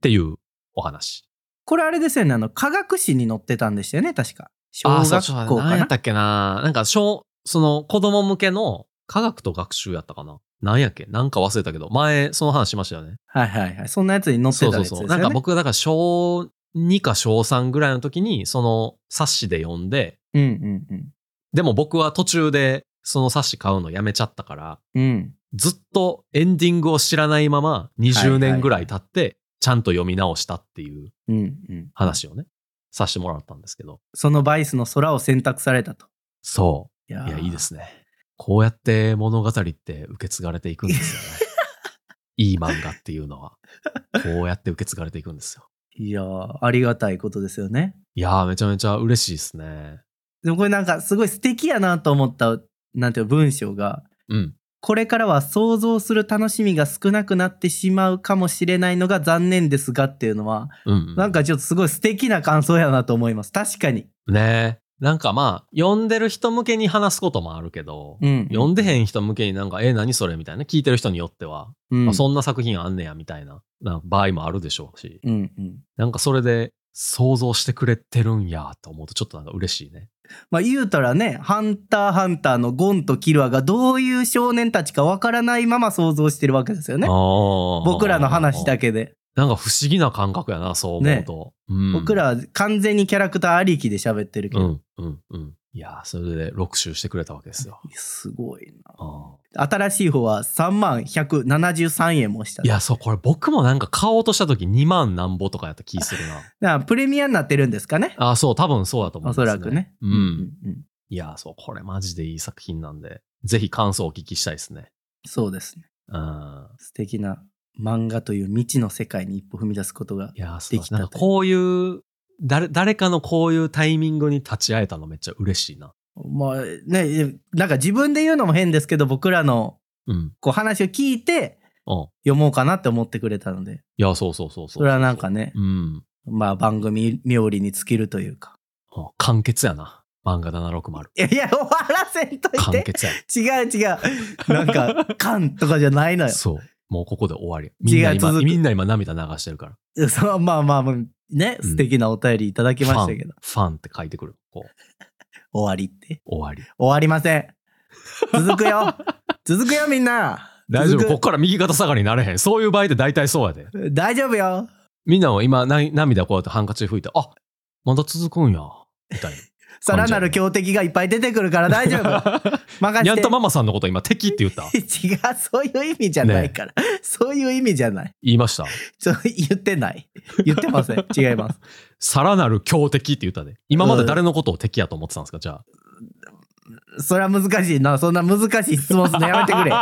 Speaker 2: ていうお話。
Speaker 3: これあれですよね、あの、科学誌に載ってたんでしたよね、確か。小
Speaker 2: あー
Speaker 3: 学
Speaker 2: そうそう
Speaker 3: 校
Speaker 2: 何
Speaker 3: か
Speaker 2: や
Speaker 3: な
Speaker 2: ったっけななんか小、その子供向けの科学と学習やったかななんやっけなんか忘れたけど、前その話しましたよね。
Speaker 3: はいはいはい。そんなやつに載って
Speaker 2: そう
Speaker 3: た
Speaker 2: そ
Speaker 3: や
Speaker 2: う
Speaker 3: つです
Speaker 2: そ
Speaker 3: よ
Speaker 2: う。
Speaker 3: ね。
Speaker 2: なんか僕、だから小2か小3ぐらいの時に、その冊子で読んで、
Speaker 3: うんうん
Speaker 2: でも僕は途中でその冊子買うのやめちゃったから、
Speaker 3: うん。うん。
Speaker 2: ずっとエンディングを知らないまま20年ぐらい経って、ちゃんと読み直したっていう
Speaker 3: うんうん。
Speaker 2: 話をね、させてもらったんですけど。
Speaker 3: そのバイスの空を選択されたと。
Speaker 2: そ
Speaker 3: いや。
Speaker 2: う。いや、いいですすね。こうやって物語って受け継がれていくんです よね。いい漫画っていうのは、こうやって受け継がれていくんですよ。
Speaker 3: いやーありがたいことですよね。
Speaker 2: いやー、めちゃめちゃ嬉しいですね。
Speaker 3: でもこれなんかすごい素敵やなと思った、なんていうの文章が、
Speaker 2: うん。
Speaker 3: これからは想像する楽しみが少なくなってしまうかもしれないのが残念ですがっていうのは、
Speaker 2: うん、うん。
Speaker 3: なんかちょっとすごい素敵な感想やなと思います。確かに。
Speaker 2: ねえなんかまあ、読んでる人向けに話すこともあるけど、
Speaker 3: うん。
Speaker 2: 読んでへん人向けになんか、え、何それみたいな、聞いてる人によっては、
Speaker 3: うん。
Speaker 2: あそんな作品あんねや、みたいな、なんか場合もあるでしょうし、
Speaker 3: うんうん。
Speaker 2: なんかそれで想像してくれてるんや、と思うとちょっとなんか嬉しいね。
Speaker 3: まあ言うたらね、ハンターハンターのゴンとキルアがどういう少年たちかわからないまま想像してるわけですよね。僕
Speaker 2: 僕
Speaker 3: らの話だ
Speaker 2: け。
Speaker 3: けで。
Speaker 2: なんか不思議な感覚やな、そう思うと。うん
Speaker 3: 僕らは完全にキャラクターありきで喋ってるけ
Speaker 2: う
Speaker 3: ど。
Speaker 2: ん、うん、うん。いやー、それで6周してくれたわけですよ。
Speaker 3: すごいな。
Speaker 2: あ
Speaker 3: 新しい方は3万173円もした
Speaker 2: ーい。や、そう、これ僕もなんか買おうとした時2万なんぼとかやった気する な。
Speaker 3: だからプレミアになってるんですかね。
Speaker 2: あーそう、多分そうだと思う
Speaker 3: お
Speaker 2: んです
Speaker 3: そ
Speaker 2: ね、
Speaker 3: らくね。
Speaker 2: う。
Speaker 3: うんうんうん
Speaker 2: いやー、そう、これマジでいい作品なんで、ぜひ感想をお聞きしたいですね。
Speaker 3: そうですね。
Speaker 2: うん。
Speaker 3: 素敵な漫画という未知の世界に一歩踏み出すことが
Speaker 2: い。やー、そう
Speaker 3: できた
Speaker 2: なんかこういう、誰、誰かのこういうタイミングに立ち会えたのめっちゃ嬉しいな。
Speaker 3: まあね、なんか自分で言うのも変ですけど、僕らの
Speaker 2: うん。
Speaker 3: こう話を聞いて
Speaker 2: うん。
Speaker 3: 読もうかなって思ってくれたので、
Speaker 2: いや、そうそうそうそう
Speaker 3: それはなんかね、
Speaker 2: うん。
Speaker 3: まあ番組冥利に尽きるという か。
Speaker 2: うん完結やな。漫画
Speaker 3: い
Speaker 2: 760。
Speaker 3: やいや、終わらせんと
Speaker 2: 完
Speaker 3: いて。
Speaker 2: 結や。
Speaker 3: 違う違う。なん か、勘とかじゃないのよ。
Speaker 2: そう。もうここで終わり。みんな
Speaker 3: 違う
Speaker 2: 今、
Speaker 3: 続く
Speaker 2: みんな今涙流してるから。
Speaker 3: そうまあまあまあ、ね、
Speaker 2: うん
Speaker 3: 素敵なお便りいただきましたけど、
Speaker 2: ファンって書いてくる。こう、
Speaker 3: 終わりって。
Speaker 2: 終わり。
Speaker 3: 終わりません。続く よ。続くよ、みんな。
Speaker 2: 大丈夫。こ っ
Speaker 3: 続く
Speaker 2: から右肩下がりになれへん。そういう場合って大体そうやで。
Speaker 3: 大丈夫よ。
Speaker 2: みんなも今、な涙こうやってハンカチで拭いて、あまだ続くんや。みたい
Speaker 3: さらなる強敵がいっぱい出てくるから 大丈夫。
Speaker 2: な。
Speaker 3: 任
Speaker 2: に
Speaker 3: せ
Speaker 2: ゃん
Speaker 3: て
Speaker 2: と。ママさんのこと今、敵って言 った
Speaker 3: 違う、そういう意味じゃないから。そういう意味じゃない。
Speaker 2: 言いました。
Speaker 3: ちょ言ってない。言ってません。違います。
Speaker 2: さらなる強敵って言ったで。今まで誰のことを敵やと思ってたんですかじゃあ。
Speaker 3: それは難しいな。そんな難しい質問するのやめて くれ。
Speaker 2: れ。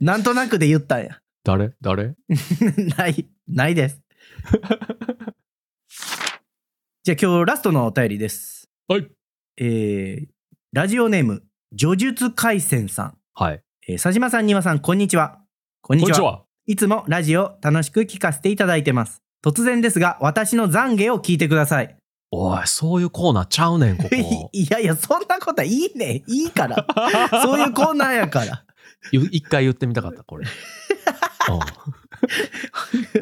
Speaker 3: なんとなくで言ったんや。
Speaker 2: 誰誰
Speaker 3: ない、ないです。 じゃあ今日ラストのお便りです。
Speaker 2: はい。
Speaker 3: えー、ラジオネーム、叙述回戦さん。
Speaker 2: はい。
Speaker 3: えー佐島さん、丹羽さん、こんにちは。こん
Speaker 2: こんにちは。
Speaker 3: いつもラジオ楽しく聞かせていただいてます。突然ですが、私の懺悔を聞いてください。
Speaker 2: おい、そういうコーナーちゃうねん、こ こ。
Speaker 3: いやいや、そんなことはいいね。いいから。そういうコーナーやから。
Speaker 2: ゆ一回言ってみたかった、 これ。うん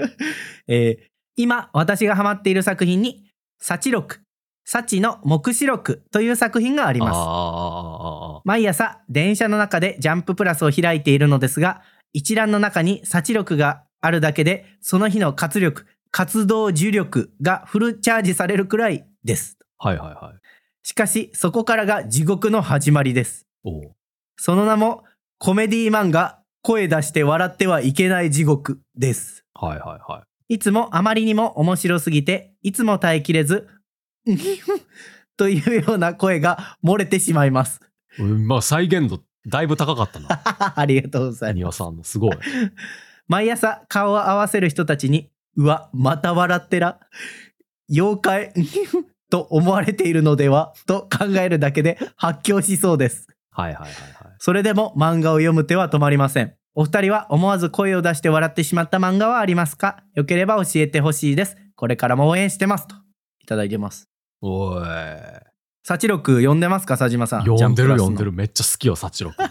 Speaker 3: えー今、私がハマっている作品に、サチロク、サチの目視録という作品があり
Speaker 2: あーあ
Speaker 3: ます。
Speaker 2: ーあーあーあ
Speaker 3: 毎朝、電車の中でジャンププラスを開いているのですが、一覧の中にサチ力があるだけで、その日の活力、活動重力がフルチャージされるくらいです。
Speaker 2: ーはいはいはい。
Speaker 3: しかし、そこからが地獄の始まりです。
Speaker 2: おう
Speaker 3: その名も、コメディ漫画、声出して笑ってはいけない地獄です。
Speaker 2: はいはいはい。
Speaker 3: いつもあまりにも面白すぎて、いつも耐えきれず、うん というような声が漏れてしまいます。。
Speaker 2: うんまあ再現度だいぶ高かったな
Speaker 3: ありがとうござい
Speaker 2: 丹
Speaker 3: ま
Speaker 2: 羽
Speaker 3: す。
Speaker 2: さんのすごい。
Speaker 3: 毎朝顔を合わせる人たちに、うわ、また笑ってら、妖怪、 うんと思われているのではと考えるだけで発狂しそうです。
Speaker 2: はいはいはいはい。
Speaker 3: それでも漫画を読む手は止まりません。お二人は思わず声を出して笑ってしまった漫画はありますかよければ教えてほしいです。これからも応援してます。といただいてます。
Speaker 2: おい。
Speaker 3: サチロク読んでますか佐島さん。
Speaker 2: 読んでる読んで
Speaker 3: る。
Speaker 2: る。めっちゃ好きよ、サチロク。
Speaker 3: 好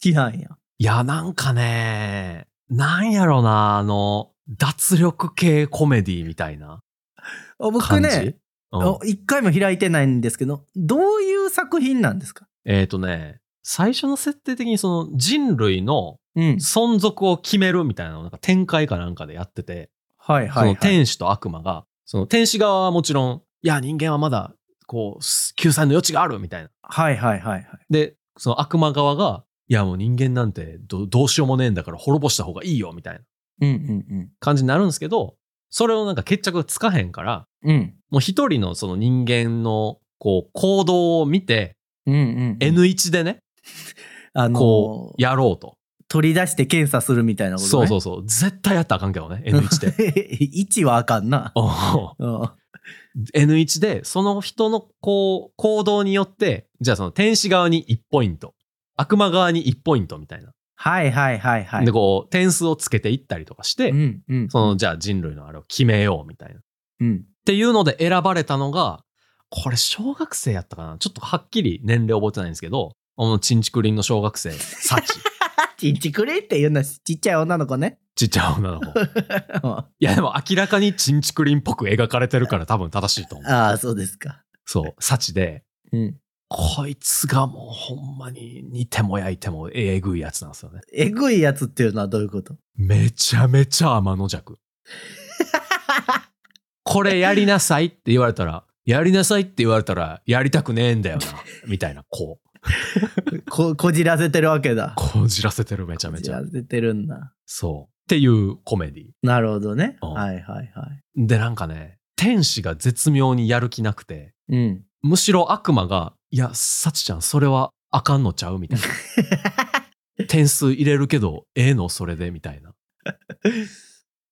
Speaker 3: きなんや。
Speaker 2: いや、なんかね、なんやろな、あの、脱力系コメディみたいな
Speaker 3: あ僕
Speaker 2: 感じ。
Speaker 3: ね、
Speaker 2: うん
Speaker 3: お一回も開いてないんですけど、どういう作品なんですか
Speaker 2: えっ、とね、最初の設定的にその人類の
Speaker 3: うん。
Speaker 2: 存続を決めるみたいなのをなんか展開かなんかでやってて、
Speaker 3: はいはい、はい。
Speaker 2: その天使と悪魔が、その天使側はもちろん、いや、人間はまだ、こう、す救済の余地があるみたいな。
Speaker 3: はいはいはいはい。
Speaker 2: で、その悪魔側が、いや、もう人間なんてどどうしようもねえんだから滅ぼした方がいいよみたいな
Speaker 3: うんうん
Speaker 2: 感じになるんですけど、それをなんか決着がつかへんから、
Speaker 3: うん。うん。
Speaker 2: もう一人のその人間のこう行動を見て、
Speaker 3: うんうん、
Speaker 2: N1 でね、
Speaker 3: あのー
Speaker 2: こう、やろうと。
Speaker 3: 取り出して検査するみたいなこと、ね、
Speaker 2: そうそうそう。絶対やったらあかんけど ね、N1 で。
Speaker 3: 1はあかんな。
Speaker 2: おう
Speaker 3: うん
Speaker 2: N1 で、その人のこう、行動によって、じゃあその天使側に1ポイント、悪魔側に1ポイントみたいな。
Speaker 3: はいはいはいはい。
Speaker 2: で、こう、点数をつけていったりとかして、
Speaker 3: うんうん、
Speaker 2: その、じゃあ人類のあれを決めようみたいな。っ
Speaker 3: うん。
Speaker 2: ていうので選ばれたのが、これ小学生やったかなちょっとはっきり年齢覚えてないんですけど、あの、ちんちくりんの小学生、サチ。
Speaker 3: ちんちくりんっていうのはちっちゃい女の子ね。
Speaker 2: ちっちゃい女の子。い
Speaker 3: うんあ
Speaker 2: や、でも明らかにちんちくりんっぽく描かれてるから多分正しいと思う。
Speaker 3: あ、そうですか。
Speaker 2: そう、サチで。
Speaker 3: うん。
Speaker 2: こいつがもうほんまに煮ても焼いてもえぐいやつなんですよね。
Speaker 3: えぐいやつっていうのはどういうこと
Speaker 2: めちゃめちゃ天の 弱。これやりなさいって言われたら、やりなさいって言われたら、やりたくねえんだよな、みたいな、こう、
Speaker 3: こ こじらせてるわけだ。
Speaker 2: こじらせてるめちゃめ
Speaker 3: こ
Speaker 2: ち
Speaker 3: じ
Speaker 2: ゃ
Speaker 3: ら。せてるんだ。
Speaker 2: そう。っていうコメディ。
Speaker 3: なるほどね。
Speaker 2: うん
Speaker 3: はいはいはい。
Speaker 2: で、なんかね、天使が絶妙にやる気なくて、
Speaker 3: うん。
Speaker 2: むしろ悪魔が、いや、サチちゃん、それはあかんのちゃうみたい な。点数入れるけど、ええのそれでみたいな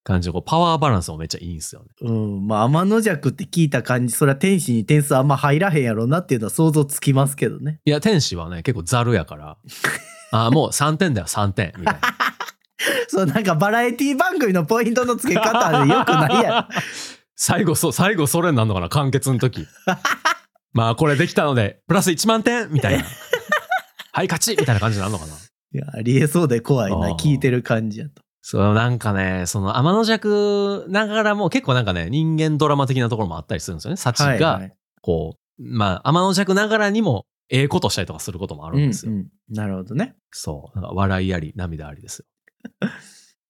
Speaker 2: 感じで、こうパワーバランスもめっちゃいいんすよね。
Speaker 3: うん、まあ天の弱って聞いた感じそれは天使に点数あんま入らへんやろなっていうのは想像つきますけどね
Speaker 2: いや、天使はね、結構ザルやから、あーもう3点だよ、3点。みたいな。
Speaker 3: そうなんかバラエティ番組のポイントの付け方でよくないや
Speaker 2: 最後、そう、最後それになるのかな、完結の時。まあ、これできたので、プラス1万点みたいな。はい、勝ちみたいな感じになるのかな。
Speaker 3: いやありえそうで怖い
Speaker 2: あ
Speaker 3: な
Speaker 2: ー
Speaker 3: 聞いてる感じやと
Speaker 2: そう、なんかね、その天の弱ながらも結構なんかね、人間ドラマ的なところもあったりするんですよね。サチ
Speaker 3: はいは
Speaker 2: が、
Speaker 3: い
Speaker 2: こう、まあ、天の弱ながらにも、ええことしたりとかすることもあるんですよ。
Speaker 3: うんうんなるほどね
Speaker 2: そう。なんか笑いあり、涙ありです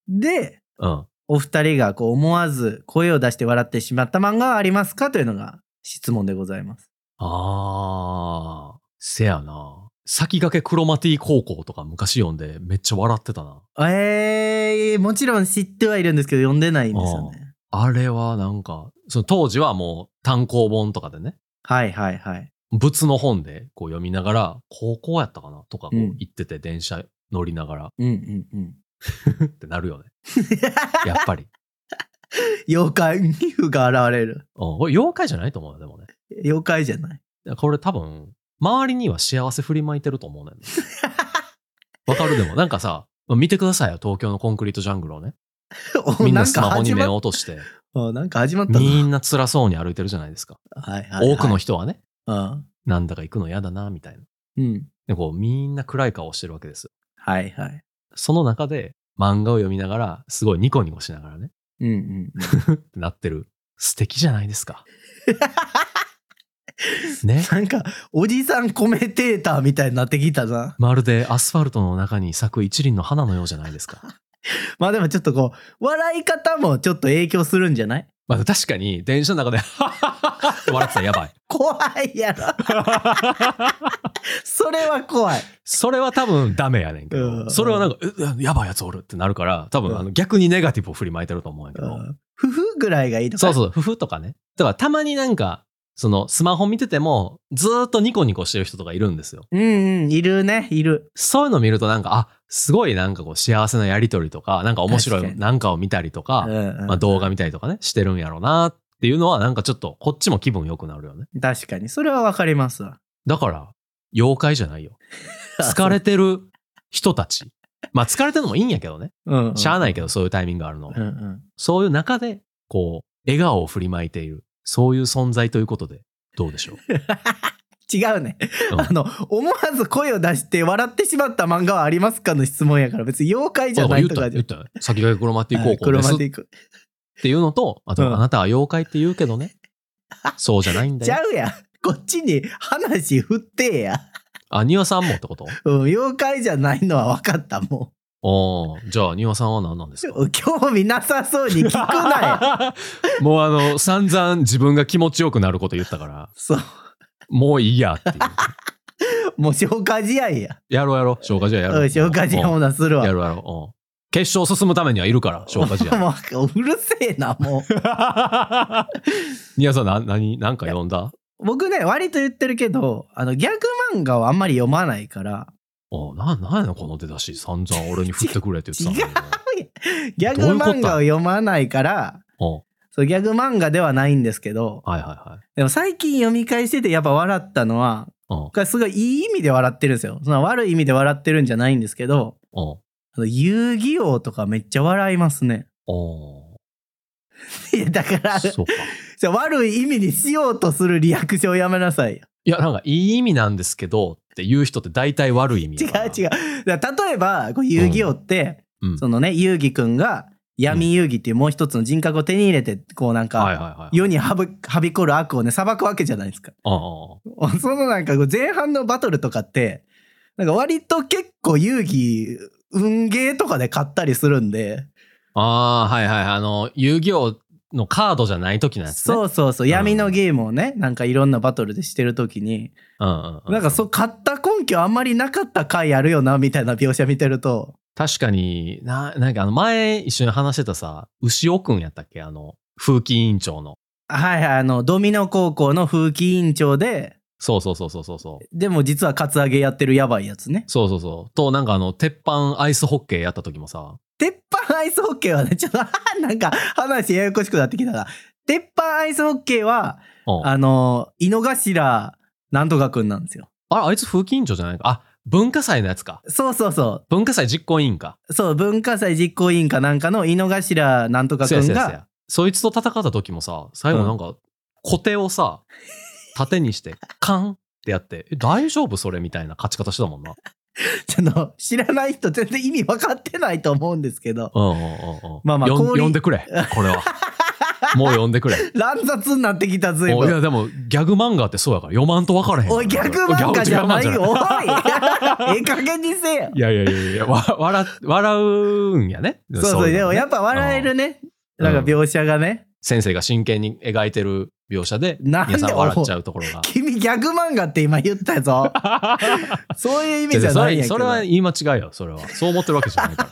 Speaker 3: で
Speaker 2: よ。
Speaker 3: お二人がこう思わず声を出して笑ってしまった漫画はありますかというのが質問でございます
Speaker 2: うん。あー、せやな。先駆けクロマティ高校とか昔読んでめっちゃ笑ってたな。
Speaker 3: えー、もちろん知ってはいるんですけど読んでないんですよね
Speaker 2: あれはなんか、その当時はもう単行本とかでね、
Speaker 3: はいはいはい
Speaker 2: 物の本でこう読みながら、高校やったかなとかこう
Speaker 3: うん
Speaker 2: 行ってて電車乗りながら、
Speaker 3: うんうんうん
Speaker 2: ってなるよね。 やっぱり。
Speaker 3: 妖怪皮膚が現れる
Speaker 2: うん、これ妖怪じゃないと思うよ、でもね。
Speaker 3: 妖怪じゃない
Speaker 2: いやこれ多分、周りには幸せ振りまいてる と思うねん。わかるでも、なんかさ、見てくださいよ、東京のコンクリートジャングルをね。
Speaker 3: お
Speaker 2: みん
Speaker 3: な
Speaker 2: なんス
Speaker 3: か
Speaker 2: マホに
Speaker 3: 始ま
Speaker 2: 目
Speaker 3: っ
Speaker 2: を落として、
Speaker 3: あなんか始まったな。
Speaker 2: みんな辛そうに歩いてるじゃないですか。
Speaker 3: はいはいはい
Speaker 2: 多くの人はね、
Speaker 3: うん。
Speaker 2: なんだか行くの嫌だな、みたいな。
Speaker 3: うん。
Speaker 2: で、こう、みんな暗い顔をしてるわけですよ。
Speaker 3: はいはい。
Speaker 2: その中で、漫画を読みながら、すごいニコニコしながらね、
Speaker 3: うんうん。
Speaker 2: ってなってる。素敵じゃないですか。ね。
Speaker 3: なんか、おじさんコメンテーターみたいになってきたな。
Speaker 2: まるでアスファルトの中に咲く一輪の花のようじゃないで すか。
Speaker 3: まあでもちょっとこう、笑い方もちょっと影響するんじゃない
Speaker 2: まあ確かに電車の中で、 って笑ってたらやばい。
Speaker 3: 怖いやろ。それは怖い。
Speaker 2: それは多分ダメやねんけ
Speaker 3: うんう
Speaker 2: ど、
Speaker 3: ん
Speaker 2: それはなんか、ううやばいやつおるってなるから、多
Speaker 3: うん
Speaker 2: 分あの逆にネガティブを振りまいてると思うんやけど。
Speaker 3: ふふぐらいがいいのか
Speaker 2: そ
Speaker 3: な
Speaker 2: うそう、ふふとかね。だからたまになんか、そのスマホ見てても、ずーっとニコニコしてる人とかいるんですよ。
Speaker 3: うんうん、いるね、いる。
Speaker 2: そういうの見るとなんか、あ、すごいなんかこう幸せなやりとりとか、なんか面白
Speaker 3: 確か
Speaker 2: い
Speaker 3: に
Speaker 2: なんかを見たりとか、
Speaker 3: うんうん
Speaker 2: まあ、動画見たりとかね、してるんやろうなっていうのは、なんかちょっとこっちも気分良くなるよね。
Speaker 3: 確かに。それはわかりますわ。
Speaker 2: だから、妖怪じ ゃないよ。疲れてる人たち。まあ疲れてるのもいいんやけどね。
Speaker 3: うんうん。
Speaker 2: しゃあないけど、そういうタイミングがあるの
Speaker 3: う。んうん。
Speaker 2: そういう中で、こう、笑顔を振りまいている。そういう存在ということで、どうでしょう。
Speaker 3: 違うね。
Speaker 2: うん
Speaker 3: あの、思わず声を出して笑ってしまった漫画はありますかの質問やから、別に妖怪 じゃ
Speaker 2: あ
Speaker 3: ない
Speaker 2: 言っ
Speaker 3: と
Speaker 2: た
Speaker 3: かじ
Speaker 2: 言
Speaker 3: ゃ
Speaker 2: っ。たよ先駆けクロマティ
Speaker 3: はい
Speaker 2: 高校です
Speaker 3: 車
Speaker 2: っ
Speaker 3: で行く。
Speaker 2: ていうのと、
Speaker 3: う
Speaker 2: あ
Speaker 3: ん
Speaker 2: と、あなたは妖怪って言うけどね。そうじ ゃないんだ
Speaker 3: ち
Speaker 2: よ
Speaker 3: ゃ。うやん。こっちに話振ってや。
Speaker 2: あ、庭さんもってこと
Speaker 3: うん、妖怪じゃないのは分かったも
Speaker 2: おーじゃあ庭さんは何なんですか
Speaker 3: う。興味なさそうに聞くな よ。
Speaker 2: もうあの、散々自分が気持ちよくなること言ったから、
Speaker 3: そう。
Speaker 2: もういいやっていう。
Speaker 3: もう消化試合や。
Speaker 2: やろうやろう。消化試合や
Speaker 3: う
Speaker 2: ろ
Speaker 3: ん
Speaker 2: う。
Speaker 3: 消化試合
Speaker 2: うん
Speaker 3: オーナーするわ
Speaker 2: や。ろうやろう。うん決勝進むためにはいる から、消化試合。
Speaker 3: もううるせえな、もう。
Speaker 2: 庭さん、な、何、なんか読んだ
Speaker 3: 僕ね、割と言ってるけど、あの、ギャグ漫画はあんまり読まないから、
Speaker 2: おうな、なんやのこの出だし。散々俺に振ってくれって言ってたのに。
Speaker 3: ギャグ
Speaker 2: どういうこと
Speaker 3: 漫画を読まないから、
Speaker 2: おう
Speaker 3: そう、ギャグ漫画ではないんですけど、
Speaker 2: はいはいはい。
Speaker 3: でも最近読み返しててやっぱ笑ったのは、
Speaker 2: うん
Speaker 3: これすごいいい意味で笑ってるんですよ。その悪い意味で笑ってるんじゃないんですけど、
Speaker 2: おう
Speaker 3: あの遊戯王とかめっちゃ笑いますね。
Speaker 2: おう
Speaker 3: いや、だから、
Speaker 2: そうか。
Speaker 3: そう悪い意味にしようとするリアクションやめなさいよ。
Speaker 2: いや、なんかいい意味なんですけどって言う人って大体悪い意味
Speaker 3: 違う
Speaker 2: やから。
Speaker 3: 違う。だから例えば、こう遊戯王って、
Speaker 2: うん
Speaker 3: そのね、遊戯くんが闇遊戯っていうもう一つの人格を手に入れて、こうなん
Speaker 2: はい
Speaker 3: か、
Speaker 2: はいはい。
Speaker 3: 世にはぶはびこる悪をね、裁くわけじゃないです か。
Speaker 2: ああ
Speaker 3: そのなんかこう前半のバトルとかって、なんか割と結構遊戯、運ゲーとかで買ったりするんで、
Speaker 2: ああ、はいはい。あの、遊戯王のカードじゃない時のやつね。。
Speaker 3: そううそうそう、闇のゲームをね、なんかいろんなバトルでしてるときに、
Speaker 2: うんうん、うん。
Speaker 3: なんかそう、買った根拠あんまりなかった回あるよな、みたいな描写見てると、
Speaker 2: 確かに、な、なんかあの、前一緒に話してたさ、牛尾くんやったっけあの、風紀委員長の。
Speaker 3: はいはい、あの、ドミノ高校の風紀委員長で、
Speaker 2: そうそうそうそうそうそう。
Speaker 3: でも実はカツアゲやってるやばいやつね。
Speaker 2: そうそうそう。と、なんかあの、鉄板アイスホッケーやった時もさ、
Speaker 3: 鉄板アイスホッケーはね、 ちょっと、あーなんか話ややこしくなってきたな。鉄板アイスホッケーは、
Speaker 2: うん、あ
Speaker 3: あの、井の頭なんとかくんなんですよ。
Speaker 2: ああいつ風紀委員長じゃないか。あ、文化祭のやつか。
Speaker 3: そうそうそ
Speaker 2: 文化祭実行委員か。
Speaker 3: う。そう、文化祭実行委員かなんかの井の頭なんとかく
Speaker 2: そうや
Speaker 3: ん
Speaker 2: そうやそう
Speaker 3: が、
Speaker 2: や。そいつと戦った時もさ、最後なんか、小手をさ、縦にして、カンってやって、え大丈夫それみたいな勝ち方してたもんな。
Speaker 3: その、知らない人全然意味分かってないと思うんですけど、
Speaker 2: うんうんうんうん。
Speaker 3: まあまあ
Speaker 2: よん
Speaker 3: 氷
Speaker 2: 呼んでくれ、これは。もう呼んでくれ。
Speaker 3: 乱雑になってきたずい
Speaker 2: おい
Speaker 3: ぶ
Speaker 2: や、
Speaker 3: ん。
Speaker 2: でも、ギャグ漫画ってそうやから、読まんと分からへん。
Speaker 3: おい、逆漫画じゃない よ。
Speaker 2: おい
Speaker 3: おいええ加減にせえよ
Speaker 2: い。やいやいやいや、わ笑、笑うんやね。
Speaker 3: そうそう、
Speaker 2: い
Speaker 3: で
Speaker 2: の
Speaker 3: も
Speaker 2: ね
Speaker 3: やっぱ笑えるね。なんか描写がね。
Speaker 2: 先生が真剣に描いてる描写で、
Speaker 3: なんで
Speaker 2: 皆さん笑っちゃうところが。
Speaker 3: 君ギャグ漫画って今言った ぞ。そういう意味じゃ
Speaker 2: そ
Speaker 3: ないん
Speaker 2: れ
Speaker 3: やけど。
Speaker 2: それは言い間違いよ、それは。そう思ってるわけじゃな いから。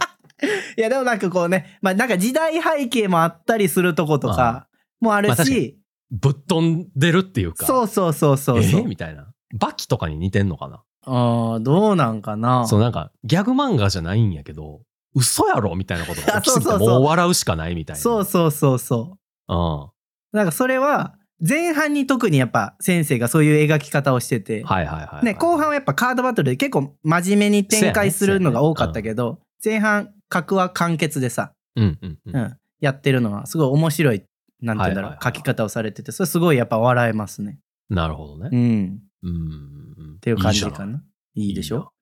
Speaker 3: いやでもなんかこうね、まあなんか時代背景もあったりするとことかもある
Speaker 2: まあ確か
Speaker 3: し、
Speaker 2: ぶっ飛んでるっていうか。
Speaker 3: そうそうそうそうそ
Speaker 2: えー
Speaker 3: う。
Speaker 2: みたいな。バキとかに似てんのかな
Speaker 3: あーどうなんかな。
Speaker 2: そうなんかギャグ漫画じゃないんやけど嘘やろみたいなことが起きすぎて
Speaker 3: そうそうそう
Speaker 2: もう笑うしかないみたいな
Speaker 3: そうそうそうそ
Speaker 2: うん、は
Speaker 3: う。なんかそれは前半に特にやっぱ先生がそういう描き方をしてて、
Speaker 2: いはいはいはい
Speaker 3: ね、後半はやっぱカードバトルで結構真面目に展開するのが多かったけど、前半格は簡潔でさ、
Speaker 2: うんうんうん、
Speaker 3: うん、やってるのはすごい面白い、なんて言うんだろ
Speaker 2: はいうは、いはい
Speaker 3: 書き方をされてて、それすごいやっぱ笑えますね。
Speaker 2: なるほど
Speaker 3: う
Speaker 2: ね
Speaker 3: ん。
Speaker 2: うんっ
Speaker 3: っていう感じかな。いいでしょ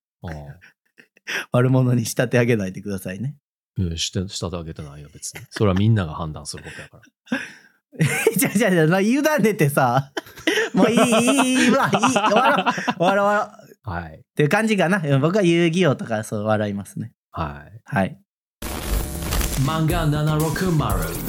Speaker 3: 悪者に仕立て上げないでくださいね。
Speaker 2: うん、して仕立て上げてないよ別にそれはみんなが判断することやから
Speaker 3: じゃあじゃあじゃあ、委ねてさ、 もういい、いい、いい、うわ、いい、笑わ笑わ
Speaker 2: はい
Speaker 3: っていう感じかな。うん僕は遊戯王とかそう笑いますね。
Speaker 2: はい
Speaker 3: はい。
Speaker 2: 漫画760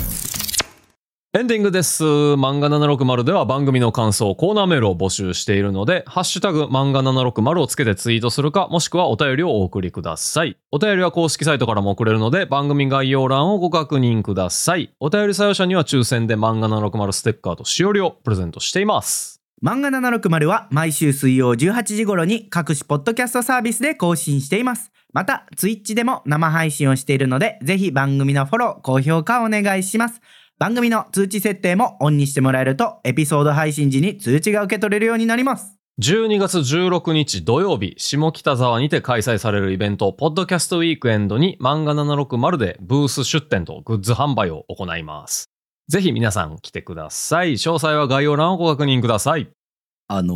Speaker 2: エンディングです。漫画760では番組の感想、コーナーメールを募集しているので、ハッシュタグ漫画760をつけてツイートするか、もしくはお便りをお送りください。お便りは公式サイトからも送れるので、番組概要欄をご確認ください。お便り採用者には抽選で漫画760ステッカーとしおりをプレゼントしています。
Speaker 3: 漫画760は毎週水曜18時頃に各種ポッドキャストサービスで更新しています。また、ツイッチでも生配信をしているので、ぜひ番組のフォロー、高評価をお願いします。番組の通知設定もオンにしてもらえると、エピソード配信時に通知が受け取れるようになります。
Speaker 2: 12月16日土曜日、下北沢にて開催されるイベント、ポッドキャストウィークエンドに漫画760でブース出展とグッズ販売を行います。ぜひ皆さん来てください。詳細は概要欄をご確認ください。
Speaker 3: あの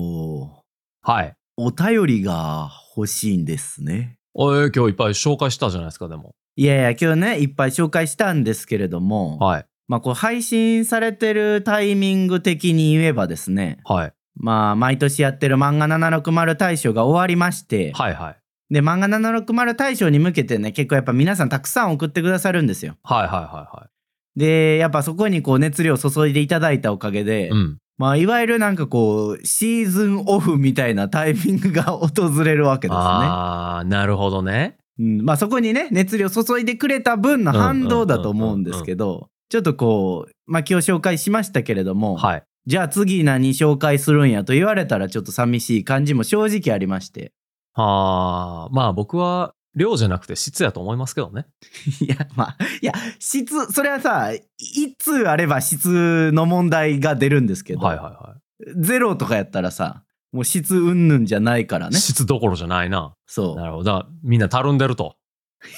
Speaker 3: ー、
Speaker 2: はい。
Speaker 3: お便りが欲しいんですね。
Speaker 2: おい、今日いっぱい紹介したじゃないですか、でも。
Speaker 3: いやいや、今日ね、いっぱい紹介したんですけれども、
Speaker 2: はい。
Speaker 3: まあ、こう配信されてるタイミング的に言えばですね、
Speaker 2: はい。
Speaker 3: まあ、毎年やってる漫画760大賞が終わりまして、
Speaker 2: はいはい。
Speaker 3: で、漫画760大賞に向けてね、結構やっぱ皆さんたくさん送ってくださるんですよ。
Speaker 2: はいはいは
Speaker 3: で、やっぱそこにこう熱量を注いでいただいたおかげで、
Speaker 2: いはい。うん。
Speaker 3: まあ、いわゆるなんかこう、シーズンオフみたいなタイミングが訪れるわけですね。
Speaker 2: ああ、なるほどね。
Speaker 3: うん、まあ、そこにね、熱量を注いでくれた分の反動だと思うんですけど、ちょっとこう、まあ、今日紹介しましたけれども、
Speaker 2: はい。
Speaker 3: じゃあ次何紹介するんやと言われたらちょっと寂しい感じも正直ありまして。
Speaker 2: ああ、まあ僕は量じゃなくて質やと思いますけどね。
Speaker 3: いや、まあ、いや、質、それはさ、一通あれば質の問題が出るんですけど、
Speaker 2: はいはいは
Speaker 3: ゼロとかやったらさ、もう質云々じゃないから
Speaker 2: い。
Speaker 3: ね。
Speaker 2: 質どころじゃないな。
Speaker 3: そう。
Speaker 2: なるほど。だからみんなたるんでると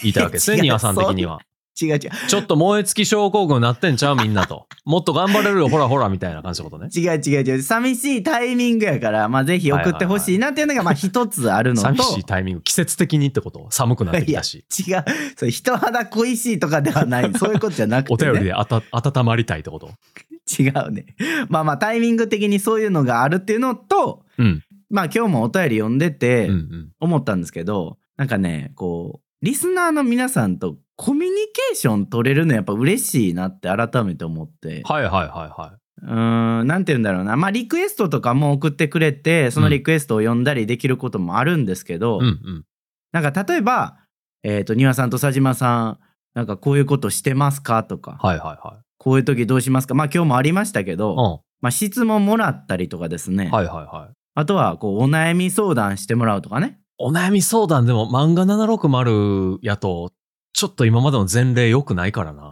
Speaker 2: 言いたいわけです
Speaker 3: 違
Speaker 2: ね、
Speaker 3: う
Speaker 2: ニワさん的には。
Speaker 3: 違う違う。
Speaker 2: ちょっと燃え尽き症候群になってんちゃうみんなと。もっと頑張れるよ、ほらほらみたいな感じ のことね。
Speaker 3: 違う違う違う。寂しいタイミングやから、まあぜひ送ってほしいなっていうのが、まあ一つあるのと、
Speaker 2: 寂しいタイミング、季節的にってこと寒くなってきたし。
Speaker 3: 違う。それ人肌恋しいとかでは ない。そういうことじゃなく
Speaker 2: お
Speaker 3: て、ね。
Speaker 2: 便りであた温まりたいってこと
Speaker 3: 違うね。まあまあタイミング的にそういうのがあるっていうのと、
Speaker 2: うん。
Speaker 3: まあ今日もお便り読んでて
Speaker 2: うんうん。
Speaker 3: 思ったんですけど、なんかね、こう、リスナーの皆さんとコミュニケーション取れるのやっぱ嬉しいなって改めて思って。
Speaker 2: はいはいはいは
Speaker 3: うーん、なんて言うんだろうな。まあリクエストとかも送ってくれて、そのリクエストを読んだりできることもあるんですけど、
Speaker 2: い。うんうん。
Speaker 3: なんか例えば、えっ、と、丹羽さんと佐島さん、なんかこういうことしてますかとか、
Speaker 2: はいはいはい。
Speaker 3: こういう時どうしますかまあ今日もありましたけど、
Speaker 2: うん。は
Speaker 3: まあ、質問もらったりとかですね、
Speaker 2: いはいはい。
Speaker 3: あとはこうお悩み相談してもらうとかね
Speaker 2: お悩み相談でも漫画760やと、ちょっと今までの前例良くないからな。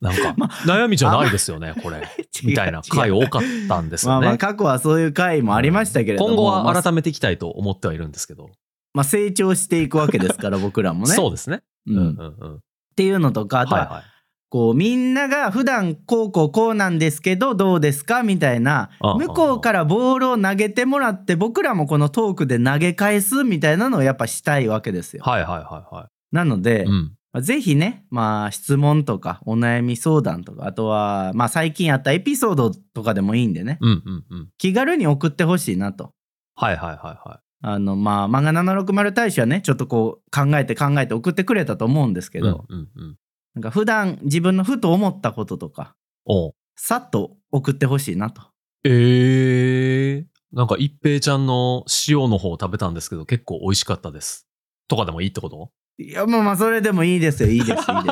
Speaker 2: なんか、
Speaker 3: ま
Speaker 2: 悩みじゃないですよね、これ。 みたいな回
Speaker 3: を、
Speaker 2: 多かったんです
Speaker 3: ま
Speaker 2: よ
Speaker 3: あまあ
Speaker 2: ね。
Speaker 3: 過去はそういう回もありましたけれども、
Speaker 2: 今後
Speaker 3: ま
Speaker 2: は
Speaker 3: あ
Speaker 2: 改めていきたいと思ってはいるんですけど。
Speaker 3: まあ成長していくわけですから僕らもね
Speaker 2: そうですね。
Speaker 3: うん
Speaker 2: うん
Speaker 3: っ
Speaker 2: うんうん。
Speaker 3: ていうのとかあと
Speaker 2: はい
Speaker 3: は
Speaker 2: はい。
Speaker 3: こうみんなが普段こうこうこうなんですけどどうですかみたいな
Speaker 2: ああ
Speaker 3: 向こうからボールを投げてもらって僕らもこのトークで投げ返すみたいなのをやっぱしたいわけですよ。
Speaker 2: はいはいはいは
Speaker 3: なので、
Speaker 2: い。うん。
Speaker 3: まあぜひね、まあ、質問とかお悩み相談とかあとは、まあ、最近あったエピソードとかでもいいんでね
Speaker 2: うんうんうん。
Speaker 3: 気軽に送ってほしいなと。
Speaker 2: はいはいはいは
Speaker 3: あのまあ漫画760大使はねちょっとこう考えて考えて送ってくれたと思うんですけ
Speaker 2: い。
Speaker 3: ど、
Speaker 2: うんうんうん。
Speaker 3: なんか普段自分のふと思ったこととか
Speaker 2: おう
Speaker 3: さっと送ってほしいなと。
Speaker 2: ええなんか一平ちゃんの塩の方を食べたんですけど結構美味しかったです。とかでもいいってこと
Speaker 3: いやまあまあそれでもいいですよいいですいい で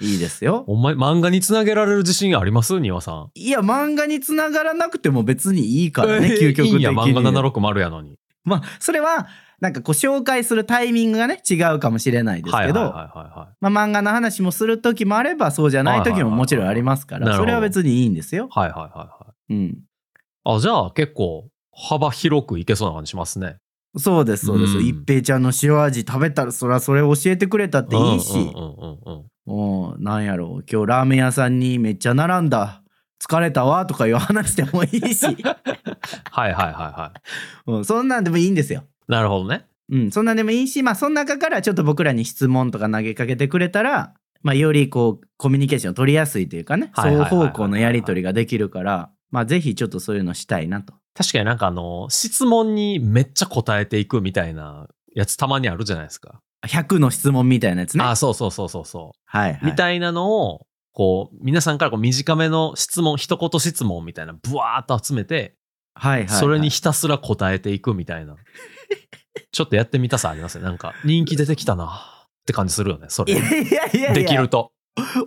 Speaker 3: すいいですよ。
Speaker 2: お前漫画につなげられる自信あります庭 さん。
Speaker 3: いや漫画につながらなくても別にいいからね、
Speaker 2: えー
Speaker 3: 究極
Speaker 2: いい
Speaker 3: 的
Speaker 2: ん
Speaker 3: に
Speaker 2: や漫画760やのに。
Speaker 3: まあそれはなんかこう紹介するタイミングがね違うかもしれないです
Speaker 2: は
Speaker 3: け
Speaker 2: いはい
Speaker 3: ど、
Speaker 2: はいはいはい。
Speaker 3: まあ、漫画の話もする時もあればそうじゃない時ももちろんありますから、
Speaker 2: はいはいはいは
Speaker 3: そ
Speaker 2: い
Speaker 3: れは別にいいんですよ。
Speaker 2: はいはいはいは
Speaker 3: うん、
Speaker 2: い。あ、じゃあ結構幅広くいけそうな感じしますね。
Speaker 3: そうですそうです、
Speaker 2: うん
Speaker 3: 一平ちゃんの塩味食べたらそらそれ教えてくれたっていいし、
Speaker 2: うんうんうんうんうん。
Speaker 3: もうなんやろう今日ラーメン屋さんにめっちゃ並んだ疲れたわとかいう話でもいい し、
Speaker 2: はいはいはいはい。
Speaker 3: うん、そんなんでもいいんですよ。
Speaker 2: なるほどね。
Speaker 3: うん、そんなんでもいいし、まあ、その中からちょっと僕らに質問とか投げかけてくれたら、まあ、よりこうコミュニケーション取りやすいというかね
Speaker 2: はいはい
Speaker 3: 双
Speaker 2: はいはい
Speaker 3: 方向のやり取りができるから、まあ、ぜひちょっとそういうのしたいなと。
Speaker 2: 確かになんかあの、質問にめっちゃ答えていくみたいなやつたまにあるじゃないですか。
Speaker 3: 100の質問みたいなやつね。は
Speaker 2: あ、そうそうそうそうそう。
Speaker 3: い、はい。
Speaker 2: みたいなのを、こう、皆さんからこう短めの質問、一言質問みたいな、ブワーっと集めて、
Speaker 3: はいはいはい
Speaker 2: それにひたすら答えていくみた いな。ちょっとやってみたさありますね。なんか、人気出てきたなって感じするよね、そ
Speaker 3: いや
Speaker 2: れ。
Speaker 3: いやいやいや
Speaker 2: できると。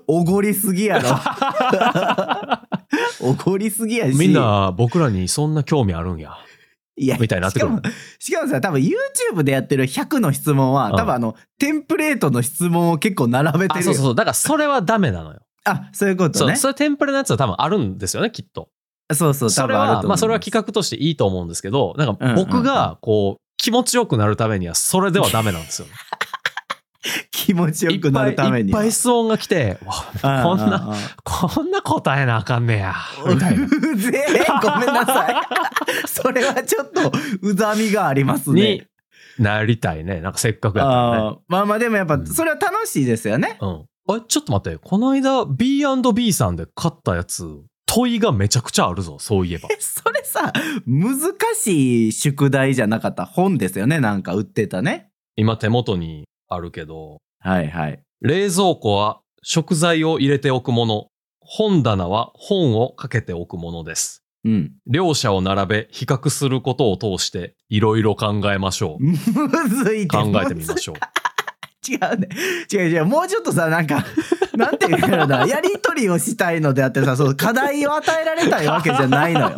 Speaker 3: おごりすぎやろおごりすぎやし
Speaker 2: みんな、僕らにそんな興味あるん や。
Speaker 3: いや
Speaker 2: みたいになってくる
Speaker 3: しかもしかもさ多分 YouTube でやってる100の質問は、
Speaker 2: うん
Speaker 3: 多分あのテンプレートの質問を結構並べてる
Speaker 2: あ、
Speaker 3: よ
Speaker 2: そうそうそう。だから、それはダメなのよ。
Speaker 3: あそういうこと
Speaker 2: そう、
Speaker 3: ね
Speaker 2: それテンプレのやつは多分あるんですよね、きっと。
Speaker 3: そうそう、
Speaker 2: そ
Speaker 3: 多
Speaker 2: れ
Speaker 3: 分あると
Speaker 2: は、
Speaker 3: 思う。
Speaker 2: まあ、それは企画としていいと思うんですけど、なん
Speaker 3: うんう
Speaker 2: か、
Speaker 3: んうん
Speaker 2: 僕が、こう、気持ちよくなるためには、それではダメなんですよね。
Speaker 3: 気持ち よくなるために
Speaker 2: いっぱ
Speaker 3: はい
Speaker 2: いっぱい質問が来て、わこんな、
Speaker 3: な。
Speaker 2: こんな答えなあかんねや。
Speaker 3: う
Speaker 2: みたいな。
Speaker 3: ぜえ、ごめんなさい。 それはちょっとうざみがあります
Speaker 2: に
Speaker 3: ね。
Speaker 2: なりたいね。なんかせっかくやったらね。
Speaker 3: あーまあまあでもやっぱ
Speaker 2: うん
Speaker 3: それは楽しいですよね。
Speaker 2: うん。え、ちょっと待って、この間 B&B さんで買ったやつ、問いがめちゃくちゃあるぞ、そういえば。
Speaker 3: えそれさ、難しい宿題じゃなかった本ですよね。なんか売ってたね。
Speaker 2: 今手元にあるけど、
Speaker 3: はいはい。
Speaker 2: 冷蔵庫は食材を入れておくもの、本棚は本をかけておくものです。
Speaker 3: うん。
Speaker 2: 両者を並べ、比較することを通して、いろいろ考えましょう。
Speaker 3: むずいって
Speaker 2: 考えてみま しょう。
Speaker 3: 違うね。違う違う。もうちょっとさ、なん か、なんていうのだ。やりとりをしたいのであってさ、その課題を与えられたいわけじゃないのよ。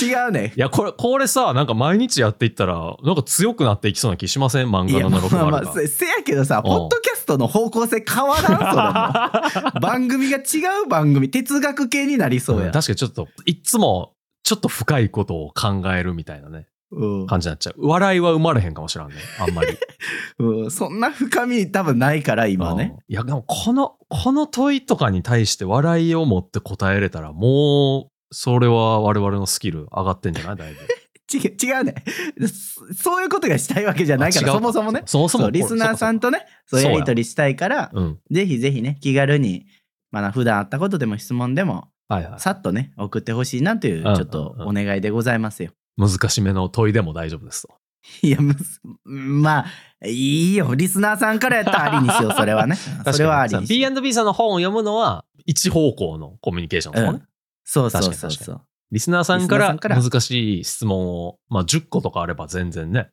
Speaker 3: 違うね。
Speaker 2: いや、これ、これさ、なんか毎日やっていったら、なんか強くなっていきそうな気しません漫
Speaker 3: いや、
Speaker 2: 画
Speaker 3: ま
Speaker 2: の
Speaker 3: あ
Speaker 2: 7
Speaker 3: まあ
Speaker 2: が
Speaker 3: ま
Speaker 2: あ
Speaker 3: あ、
Speaker 2: れば。
Speaker 3: せせやけどさ、ポッドキャストの方向性変わらん、そ れも。番組が違う番組、哲学系になりそうや
Speaker 2: ん。確かにちょっと、いつも、ちょっと深いことを考えるみたいなね、
Speaker 3: うん
Speaker 2: 感じになっちゃう。笑いは生まれへんかもしらんね。あんまり。
Speaker 3: うん、そんな深み多分ないから、今ね。
Speaker 2: うん。いや、でもこの、この問いとかに対して笑いを持って答えれたら、もう、それは我々のスキル上がってんじゃない だいぶ。
Speaker 3: 違う違うね。そそういうことがしたいわけじゃないから、
Speaker 2: あ違う
Speaker 3: そもそもね。
Speaker 2: そもそ
Speaker 3: そ
Speaker 2: も。
Speaker 3: う、リスナーさんとね、そう
Speaker 2: そう
Speaker 3: や
Speaker 2: や
Speaker 3: りとりしたいから、
Speaker 2: そうか。うん。
Speaker 3: ぜひぜひね、気軽に、まあ、普段あったことでも質問でも、
Speaker 2: はいはい。
Speaker 3: さっとね、送ってほしいなという、
Speaker 2: うん
Speaker 3: ちょっとお願いでございますよ。
Speaker 2: 難しめの問いでも大丈夫ですと。
Speaker 3: いや、むすまあ、いいよ。リスナーさんからやったらありに しよう、それはね。それはありにしよう。
Speaker 2: B&B さんの本を読むのは、一方向のコミュニケーションですもんね。
Speaker 3: うんそうそう
Speaker 2: 確か
Speaker 3: そう
Speaker 2: に確
Speaker 3: そ
Speaker 2: か
Speaker 3: う。
Speaker 2: リスナーさんか
Speaker 3: リスナーさ
Speaker 2: ら
Speaker 3: んから
Speaker 2: 難しい質問を、まあ、10個とかあれば全然ね、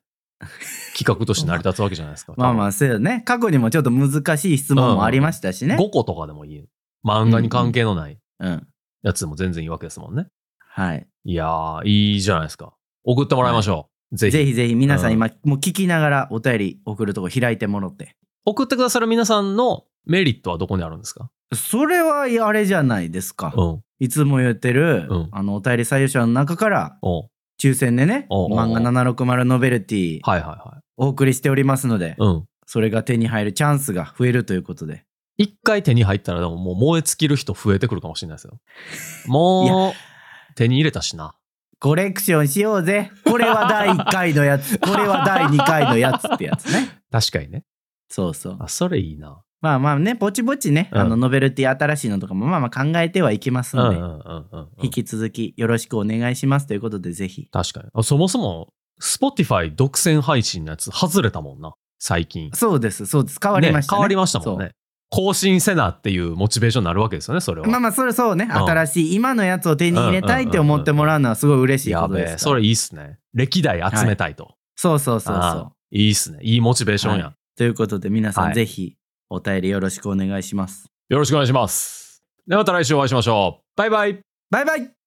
Speaker 2: 企画として成り立つわけじゃないですか。
Speaker 3: まあま
Speaker 2: あ、
Speaker 3: あ、そうよね。過去にもちょっと難しい質問もありましたしね。
Speaker 2: 5個とかでもいい。漫画に関係のない
Speaker 3: うん。
Speaker 2: やつでも全然いいわけですもんね。
Speaker 3: はい。
Speaker 2: いやー、いいじゃないですか。送ってもらいましょう。ぜひ。
Speaker 3: ぜひぜひ皆さん
Speaker 2: うん
Speaker 3: 今、もう聞きながらお便り送るとこ開いてもろって。
Speaker 2: 送ってくださる皆さんのメリットはどこにあるんですか
Speaker 3: それはあれじゃないですか。
Speaker 2: うん。
Speaker 3: いつも言ってる、
Speaker 2: うん
Speaker 3: あの、お便り採用者の中から、
Speaker 2: おう
Speaker 3: 抽選でね、
Speaker 2: おうおうお
Speaker 3: 漫
Speaker 2: う
Speaker 3: 画760ノベルティ、
Speaker 2: はいはいは
Speaker 3: お送りしておりますので
Speaker 2: い。、うん。
Speaker 3: それが手に入るチャンスが増えるということで。
Speaker 2: 一回手に入ったらでももう燃え尽きる人増えてくるかもしれないです よ。もう、手に入れたしな。
Speaker 3: コレクションしようぜ。これは第1回のや つ。これは第2回のやつってやつね。
Speaker 2: 確かにね。
Speaker 3: そうそう。
Speaker 2: あ、それいいな。
Speaker 3: まあまあね、ぼちぼちね、
Speaker 2: うん
Speaker 3: あの、ノベルティ新しいのとかもまあまあ考えてはいきます
Speaker 2: うん
Speaker 3: の
Speaker 2: う
Speaker 3: で、
Speaker 2: んうんうん、うん
Speaker 3: 引。き続きよろしくお願いしますということで、ぜひ。
Speaker 2: 確かにあ。そもそも、Spotify 独占配信のやつ外れたもんな。最近。
Speaker 3: そうです、そうです。変わりましたね。
Speaker 2: 変わりましたもんね。更新せなっていうモチベーションになるわけですよね、それは。
Speaker 3: そう。まあまあ、それそうね、
Speaker 2: ん
Speaker 3: 新しい、今のやつを手に入れたいって思ってもらうのはすごい嬉しい
Speaker 2: や
Speaker 3: こと
Speaker 2: べ
Speaker 3: で
Speaker 2: え、
Speaker 3: す
Speaker 2: そ
Speaker 3: から。
Speaker 2: れいいっすね。歴代集めたいと。
Speaker 3: そうそうそうそう
Speaker 2: あ。ーいいっすね。いいモチベーションや。
Speaker 3: はいということで皆さ
Speaker 2: は
Speaker 3: ん
Speaker 2: い
Speaker 3: ぜひお便りよろしくお願いします。
Speaker 2: よろしくお願いします。ではまた来週お会いしましょう。バイバイ。
Speaker 3: バイバイ